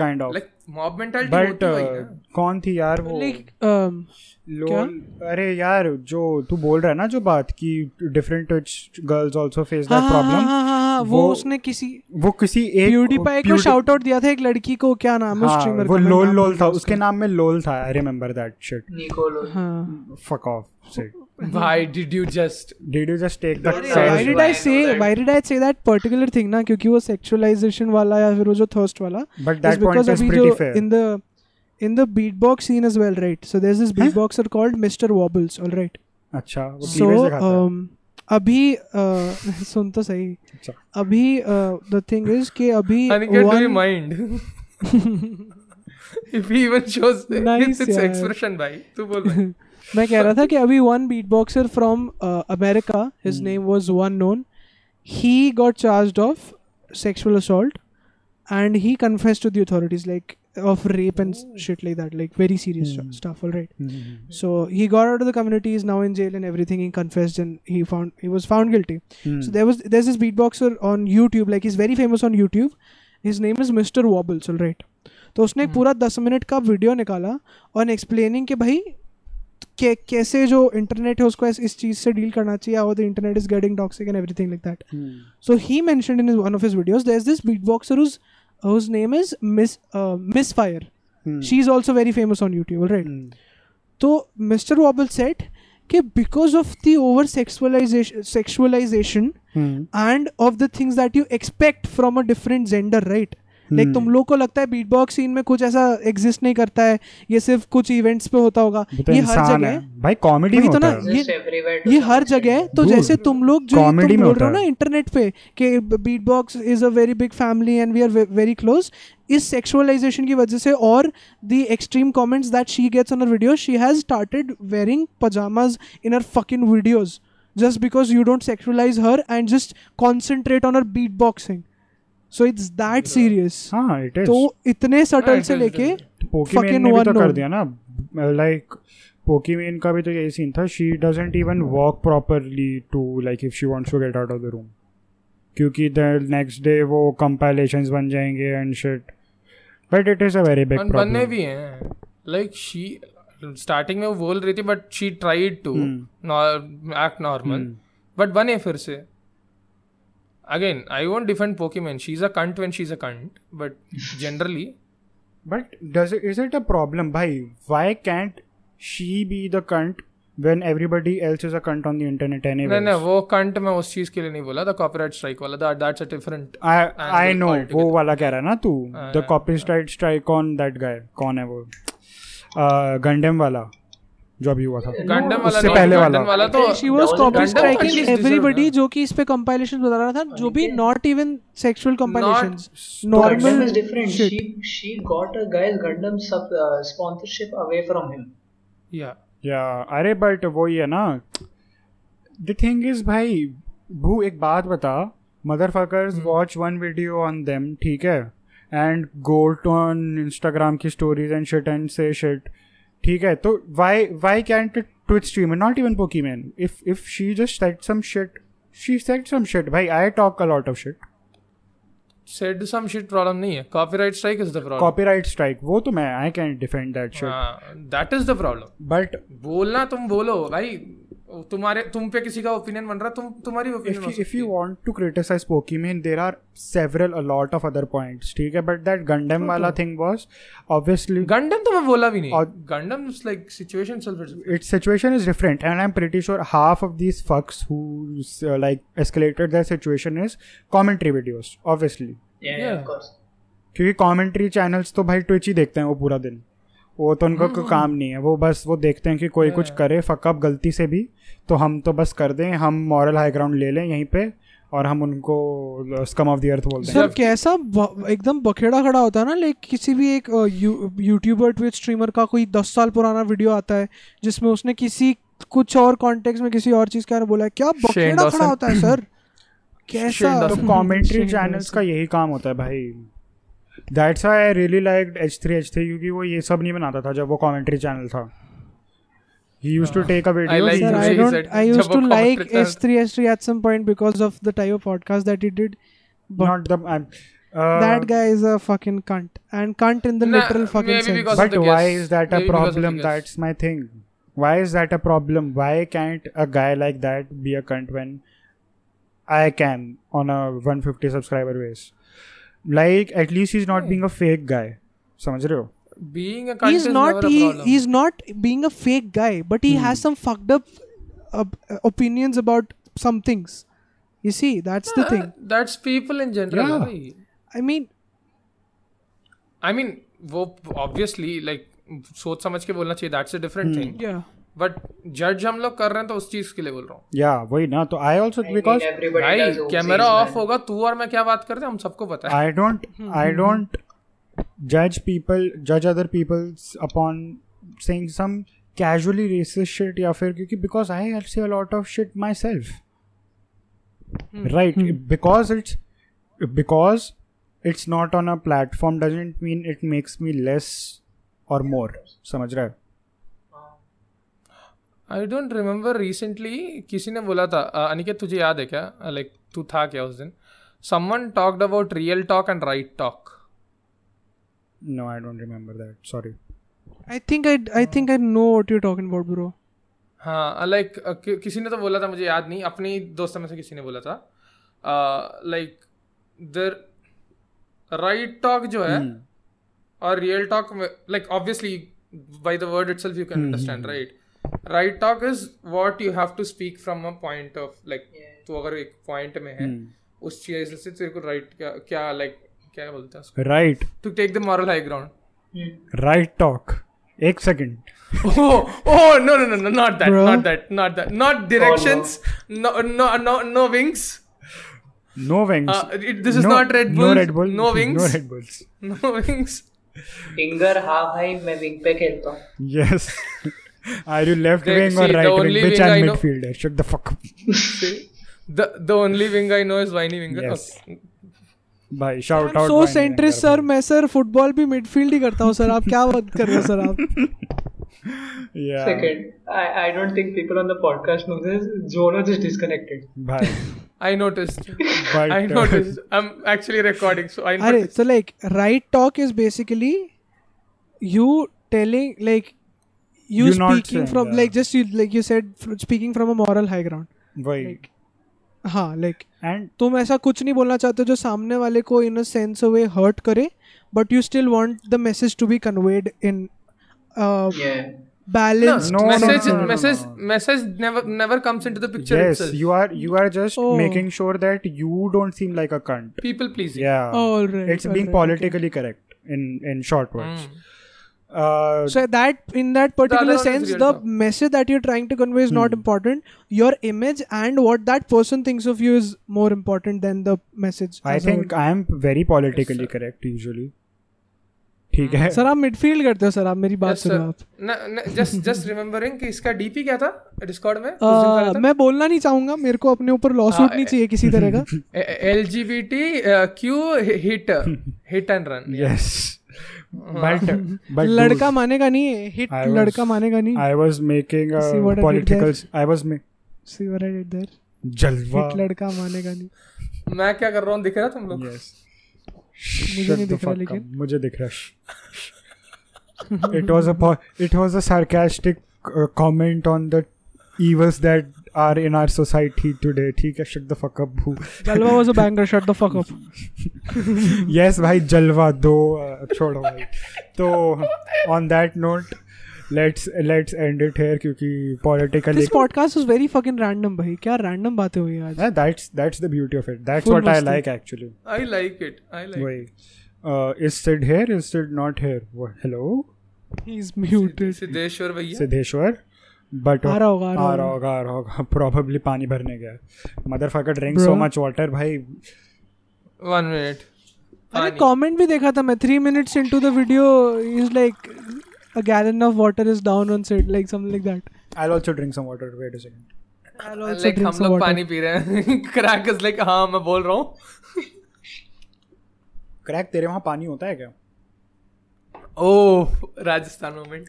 S1: Kind of.
S2: Like mob mentality
S1: but
S2: हम्म। होती है वही ना
S1: कौन थी यार वो
S4: लाइक
S1: लोल अरे यार जो तू बोल रहा है ना जो बात कि different Twitch girls also face
S4: हाँ,
S1: दैट प्रॉब्लम
S4: वो
S1: वो-
S4: उसने किसी
S1: वो किसी एक
S4: PewDiePie को
S1: Pewdie-
S4: शाउट आउट दिया था एक लड़की को क्या नाम है
S1: हाँ,
S4: स्ट्रीमर
S1: वो लोल लोल था उसके नाम में लोल था I remember that shit
S3: Nicolo.
S4: हाँ
S1: फक ऑफ सिट
S2: <laughs> भाई did you just
S1: did you just take that
S4: why did I say why did I say that particular thing ना क्योंकि वो सेक्सुअलाइजेशन वाला या फिर वो जो थर्स्ट वाला
S1: But that point is pretty fair.
S4: In the in the beatbox scene as well, right? So there's this beatboxer called Mr. Wobbles, all right?
S1: अच्छा वो
S4: So
S1: cleavage दिखाता है
S4: um, अभी uh, <laughs> सुन तो सही
S1: अच्छा
S4: अभी uh, द थिंग इज कि अभी
S2: Aniket, do you
S4: one,
S2: mind?
S4: <laughs>
S2: <laughs> if he even shows
S4: Nice,
S2: it's, it's
S4: yeah.
S2: expression, bhai. तू बोल
S4: <laughs>
S2: भाई.
S4: मैं कह रहा था कि अभी one beatboxer from America his name was one known he got charged of sexual assault and he confess to the authorities like of rape and shit like that like very serious stuff alright
S1: Hmm. Hmm,
S4: So he got out of the community. He's now in jail and everything. He confessed and he found he was found guilty. So there was there's this beatboxer on YouTube. Like he's very famous on YouTube. His name is Mr. Wobbles. All right. तो उसने एक पूरा दस minute का video निकाला on explaining कि भाई के, कैसे जो इंटरनेट है उसको इस, इस चीज़ से डील करना चाहिए और the internet is getting toxic and everything like that So he mentioned in his, one of his videos, there's this beatboxer whose whose name is Miss uh, Misfire. She's also very famous on YouTube, right? So Mr. Wobble said, "Okay, because of the over sexualization, sexualization, and of the things that you expect from a different gender, right?" Like तुम लोग को लगता है beatbox scene में कुछ ऐसा exist नहीं करता है ये सिर्फ कुछ इवेंट्स पे होता होगा
S1: वो तो
S4: ये हर
S1: इंसान है
S4: जगह
S1: भाई कॉमेडी में
S4: वही तो
S1: होता
S4: ना,
S1: है
S4: ये-
S3: Just everywhere to
S4: ये
S3: some
S4: हर
S3: extent.
S4: जगह है तो
S1: Dude,
S4: जैसे तुम लोग जो ये
S1: comedy
S4: तुम
S1: में
S4: बोल रहे हो
S1: होता
S4: ना
S1: है।
S4: इंटरनेट पे कि beat box is a very big family and we are very close इस सेक्सुअलाइजेशन की वजह से और the extreme comments that she gets on her video she has started wearing pyjamas in her fucking videos just because you don't sexualise her and just concentrate on her beat boxing so it's that serious
S1: हाँ it is
S4: तो इतने subtle
S2: it
S4: से
S2: is,
S4: लेके
S2: it
S1: Pokimane
S4: fucking
S1: ने भी तो
S4: one
S1: कर
S4: known.
S1: दिया ना लाइक पोकीमेन का भी तो यही सीन था she doesn't even walk properly to like if she wants to get out of the room क्योंकि द नेक्स्ट डे वो कंपाइलेशंस बन जाएंगे and shit but it is a very big
S2: And बनने
S1: प्रॉब्लम
S2: भी हैं. Like she starting में वो बोल रही थी but she tried to
S1: Hmm.
S2: nor- act normal but बने फिर से again I won't defend Pokemon she's a cunt when she's a cunt
S1: <laughs>
S2: but generally
S1: but does is it a problem भाई why can't she be the cunt when everybody else is a cunt on the internet
S2: नहीं नहीं
S1: anyway
S2: वो कंट मैं उस चीज के लिए नहीं बोला द कॉपीराइट स्ट्राइक वाला that that's a different
S1: I I
S2: Angle
S1: no वो
S2: altogether.
S1: वाला कह रहा है ना तू
S2: हाँ,
S1: the copyright strike on that guy कौन है वो गंडेम वाला जो अभी हुआ था
S2: गंडम वाला
S1: उससे
S2: नहीं,
S1: पहले
S2: Gundam
S1: वाला।
S2: वाला तो
S4: she was copy
S2: Gundam at
S4: striking
S2: least deserved,
S4: everybody
S2: हाँ।
S4: जो कि इस पे कंपाइलेशन बता रहा
S1: हाँ,
S4: था जो भी not even sexual compilations
S3: Gundam
S4: normal
S3: is different.
S4: shit.
S3: She she got a guy's Gundam sub, uh, sponsorship away from him.
S2: yeah
S1: या अरे बट वो ही है ना द थिंग इज भाई भू एक बात बता mother fuckers watch one video on them ठीक है एंड गो ऑन इंस्टाग्राम की stories and shit and say shit ठीक है तो why why can't Twitch stream not even Pokimane if if she just said some shit she said some shit भाई I talk a lot of shit
S2: said some shit problem नहीं है copyright strike is the problem
S1: copyright strike वो तो मैं I can defend that shit
S2: हाँ that is the problem
S1: but
S2: बोलना तुम बोलो भाई तुम्हारे तुम पे किसी का ओपिनियन बन रहा तुम तुम्हारी
S1: if
S2: opinion
S1: you, if you want to criticize Pokemon, there are several, a lot of other points. ठीक है, but that Gundam wala thing was obviously
S2: गंडम तो मैं बोला भी नहीं
S1: और-
S2: Gundam like situation self
S1: its situation is different, and I'm pretty sure half of these fucks who uh, like escalated their situation is commentary videos, obviously.
S3: Yeah,
S2: Yeah.
S3: of course.
S1: क्योंकि commentary channels तो भाई Twitch ही देखते हैं वो पूरा दिन वो तो उनको कोई काम नहीं है वो बस वो देखते हैं कि कोई कुछ करे फकअप गलती से भी तो हम तो बस कर दें हम मॉरल हाई ग्राउंड ले लें यहीं पे और हम उनको uh, scum of the earth बोलते हैं
S4: सर कैसा ब- एकदम बखेड़ा खड़ा होता है ना लाइक किसी भी एक अ, यू- यूट्यूबर ट्विच स्ट्रीमर का कोई दस साल पुराना वीडियो आता है जिसमें उसने किसी कुछ और कॉन्टेक्स्ट में किसी और चीज के बारे में बोला है क्या बखेड़ा
S2: Dawson.
S4: खड़ा होता है
S2: <laughs>
S4: सर कैसा
S1: तो कमेंट्री चैनल्स का यही काम होता है भाई that's I really like H three H three क्योंकि वो ये सब नहीं बनाता था जब वो कमेंट्री चैनल था ही use to take a video
S2: हाँ। like
S4: Sir,
S2: Usually
S4: I
S2: he
S4: don't.
S2: said,
S4: I used
S2: "Jab
S4: to
S2: wo
S4: like
S2: commentary kar-
S4: S3 S3 at some point because of the type of podcast that he did. But
S1: not the uh,
S4: that guy is a fucking cunt and cunt in the
S2: Nah,
S4: literal fucking
S2: maybe
S4: sense.
S2: because-
S1: but
S2: the
S1: why
S2: guess.
S1: Is that a
S2: Maybe because of the
S1: problem
S2: guess.
S1: That's my thing why is that a problem why can't a guy like that be a cunt when I can on a 150 subscriber base like at least he is not being a fake guy समझ रहे हो
S2: being a cunt
S4: he's
S2: is
S4: not
S2: never a
S4: he
S2: problem. Hmm.
S4: he's not being a fake guy, but he has some fucked up uh, opinions about some things. You see, that's the
S2: Uh,
S4: thing.
S2: that's people in general
S1: Yeah.
S2: भाई
S4: I mean,
S2: I mean, वो obviously like सोच समझ के बोलना चाहिए that's a different thing
S4: yeah
S2: but जज हम लोग कर रहे हैं तो उस चीज के लिए बोल रहा हूँ
S1: या वही ना तो I also because
S3: everybody does
S2: भाई
S3: oopsies,
S2: कैमरा
S3: man.
S2: ऑफ होगा तू और मैं क्या बात करते हैं हम सबको पता है
S1: I don't
S2: Hmm.
S1: I don't judge people judge other people upon saying some casually racist shit या फिर क्योंकि because I have seen a lot of shit myself
S2: Hmm.
S1: right because it's because it's not on a platform doesn't mean it makes me less or more समझ रहा है
S2: I don't remember recently किसी ने बोला था अ, अनिकेत तुझे याद है क्या लाइक तू था क्या उस दिन someone talked about real talk and right talk
S1: no I don't remember that sorry
S4: I think I I think I know what you're talking about, bro.
S2: हाँ लाइक किसी ने तो बोला था मुझे याद नहीं अपनी दोस्तों में से किसी ने बोला था लाइक देर राइट टॉक जो
S1: Hmm.
S2: है और real talk like obviously by the word itself you can understand right right talk is what you have to speak from a point of like तू अगर एक पॉइंट में है उस चीज से तेरे को राइट क्या लाइक क्या बोलते हैं
S1: right
S2: to take the moral high ground
S1: right talk एक second
S2: oh, oh, no, no, no, no, not that,
S4: Bro.
S2: not that, not that, not directions, no, no, no, no wings,
S1: no wings
S2: Uh, it- this is
S1: no,
S2: not Red
S1: no
S2: Bulls,
S1: Red Bull
S2: no wings.
S1: no Red Bulls
S2: no <laughs> wings.
S3: Finger हाँ भाई मैं wing पे खेलता हूँ
S2: <laughs>
S1: Yes. Are you left
S2: They-
S1: wing or
S2: see, the
S1: right wing?
S2: only
S1: Bitch,
S2: wing I
S1: I'm
S2: know-
S1: midfielder. Shut the fuck up.
S2: See, the the only wing I know is Viney Winger.
S1: Yes.
S2: Okay.
S1: Bye. Shout out.
S4: So
S1: Wayne Winger,
S4: centrist
S1: bro.
S4: sir, मैं sir football भी midfield ही करता हूँ sir आप क्या बात कर रहे हो सर आप
S1: Yeah.
S3: Second, I, I don't think people on the podcast know this. Jonas is disconnected.
S2: <laughs>
S1: Bye.
S2: I noticed.
S1: But,
S2: I
S1: uh,
S2: noticed. I'm actually recording, so I
S4: अरे
S2: noticed.
S4: so like right talk is basically you telling like you
S1: You not
S4: speaking
S1: saying,
S4: from
S1: yeah.
S4: like just you like you said fr- speaking from a moral high ground
S1: Why?
S4: हाँ like
S1: And
S4: तुम ऐसा कुछ नहीं बोलना चाहते जो सामने वाले को in a sense way hurt करे but you still want the message to be conveyed इन
S3: Yeah.
S4: Balanced
S1: No, no,
S2: message,
S1: no, no, no,
S2: message,
S1: no,
S2: message never never comes into the picture
S1: yes,
S2: itself.
S1: you are you are just
S4: Oh.
S1: making sure that you don't seem like a cunt.
S2: People pleasing.
S1: Yeah.
S4: Alright,
S1: It's being
S4: alright,
S1: politically correct in in
S2: Hmm.
S1: short words. Uh,
S4: so that in that
S2: other
S4: particular
S2: one is
S4: sense
S2: real
S4: the
S2: talk.
S4: message that you're trying to convey is not
S1: Hmm.
S4: important your image and what that person thinks of you is more important than the message
S1: I
S4: as a
S1: think I am very politically correct usually. ठीक
S2: Hmm.
S1: है
S4: whole. Sir आप midfield करते हो sir आप मेरी बात
S2: Yes,
S4: सुनो
S2: sir.
S4: आप
S2: न, न, just just remembering कि इसका DP क्या था Discord में
S4: अ,
S1: Uh,
S4: मैं बोलना नहीं चाहूंगा मेरे को अपने ऊपर लॉ
S2: हाँ,
S4: सूट नहीं चाहिए किसी तरह
S2: <laughs>
S4: का
S2: L G B T Q hit hit and run
S1: yes <laughs> but but dude,
S4: लड़का मानेगा नहीं है हिट
S1: I was-
S4: लड़का मानेगा नहीं
S1: I was making
S4: See
S1: a
S4: what I did
S1: political.
S4: there?
S1: s- I was ma-
S4: See what I did there? Hit
S1: Jalwa.
S4: लड़का मानेगा नहीं
S2: मैं क्या कर रहा हूँ दिख रहा है तुम लोग
S1: Yes.
S4: मुझे
S1: Shut
S4: नहीं
S1: the
S4: दिख रहा
S1: fuck up.
S4: लेकिन।
S1: मुझे दिख रहा है। It was a po- it was a sarcastic uh, comment on the evils that are in our society today. ठीक है shut the fuck up. boo.
S4: Jalwa was a banger shut the
S1: <laughs>
S4: fuck up
S1: yes भाई जलवा दो uh, छोड़ो भाई. तो on that note let's let's end it here क्योंकि politically
S4: this podcast is very fucking random भाई क्या रैंडम बातें हुई आज
S1: Yeah, that's that's the beauty of it. That's
S4: Full
S1: what I
S4: मस्ती.
S1: like actually.
S2: I like it I like
S1: Wait. Uh, is Sid here? Is Sid not here? What? Hello?
S4: He is muted
S2: Siddheshwar भैया
S1: Siddheshwar? But
S4: आ रहा होगा, आ रहा
S1: आ रहा होगा आ रहा होगा <laughs> probably पानी भरने गया motherfucker drink so
S4: Bruh.
S1: much water भाई
S2: वन मिनट
S4: अरे कमेंट भी देखा था मैं 3 minutes into the video is like a gallon of water is down on set like something like that
S1: I'll also drink some water wait a second अच्छा,
S2: like हम लोग पानी पी रहे हैं <laughs> क्रैक इज लाइक हाँ मैं बोल रहा हूँ
S1: crack तेरे वहाँ पानी होता है क्या
S2: oh Oh, Rajasthan moment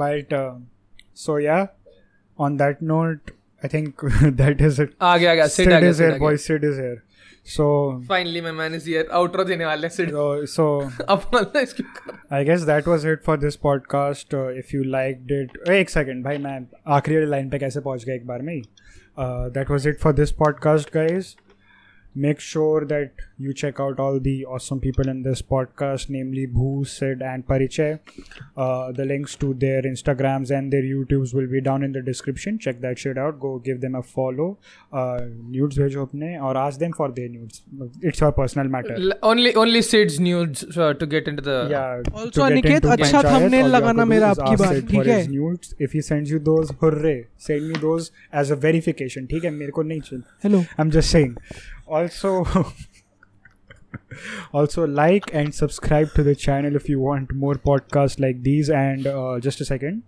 S1: but uh, so yeah on that note I think <laughs> that is it
S2: आ गया आ गया
S1: Sid
S2: सिड आ
S1: is here
S2: गया
S1: boy Sid is here so
S2: finally मैं मैंने ईयर आउटरो देने वाले सिड
S1: uh, so
S2: अब मतलब इसकी
S1: I guess that was it for this podcast. Uh, if you liked it, uh, एक सेकंड भाई मैं Uh, आखिरी वाली लाइन पे कैसे पहुंच गया एक बार में ही that was it for this podcast guys make sure that you check out all the awesome people in this podcast, namely Bhu, Sid, and Parichay. Uh, the links to their Instagrams and their YouTubes will be down in the description. Check that shit out. Go give them a follow. Uh, nudes भेजो अपने और ask them for their nudes. It's your personal matter.
S2: L- <laughs> only only Sid's nudes uh, to get into the
S1: Yeah.
S4: Also,
S1: to get
S4: Aniket,
S1: into
S4: अच्छा
S1: panchayat, all
S4: thumbnail
S1: you have
S4: लगाना
S1: to do
S4: मेरा
S1: is
S4: आपकी
S1: ask
S4: बार,
S1: Sid
S4: ठीक
S1: for
S4: है?
S1: his nudes. If he sends you those, hooray! Send me those as a verification. ठीक है मेरे को नहीं चाहिए.
S4: Hello
S1: I'm just saying. Also, <laughs> also like and subscribe to the channel if you want more podcasts like these. And uh, just a second.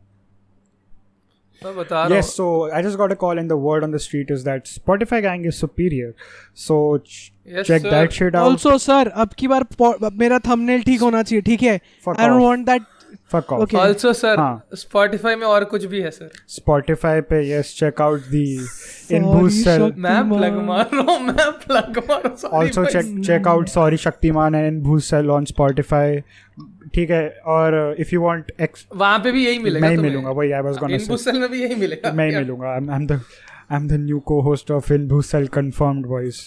S2: मैं बता रहा
S1: Yes,
S2: हूँ
S1: so I just got a call, and the word on the street is that Spotify gang is superior. So ch-
S2: Yes,
S1: check
S2: sir.
S1: that shit out.
S4: Also sir अब की बार po- अब मेरा thumbnail ठीक होना चाहिए ठीक है
S1: Fuck
S4: I don't
S1: off.
S4: Want that
S1: Fuck off.
S4: Okay.
S2: Also sir
S1: हाँ.
S2: स्पॉटिफाई में और कुछ भी है sir
S1: Spotify pe yes, check out the Inbu cell.
S4: Shak-
S2: मैं प्लग
S4: Shaktiman.
S2: मार रहा हूँ मैं प्लग मार रहा हूँ sorry
S1: ऑल्सो
S2: भाई।
S1: Check check out sorry Shaktimaan and भूसल on Spotify ठीक है और इफ यू वांट एक्स
S2: वहाँ पे भी यही मिलेगा
S1: मैं ही
S2: तुम्हें।
S1: मिलूंगा वही आई वाज गोना
S2: इन बुसल में भी यही मिलेगा
S1: मैं ही
S2: Yeah.
S1: मिलूंगा I am the I am the new को host of in भूसल confirmed voice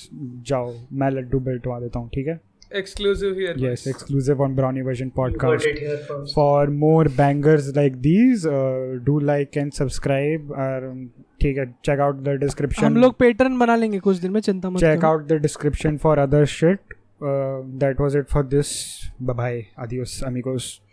S1: जाओ मैं लड्डू बिल्टवा देता हूँ ठीक है
S2: exclusive here.
S1: Yes exclusive on brownie version
S3: You heard
S1: podcast
S3: it here first.
S1: for more bangers like these uh, do like and subscribe और ठीक है check out the description
S4: हम लोग पैटर्न बना लेंगे कुछ दिन में चिंता मत
S1: check
S4: करो
S1: out the description for other shit. Uh, that was it for this. Bye bye. Adios, amigos.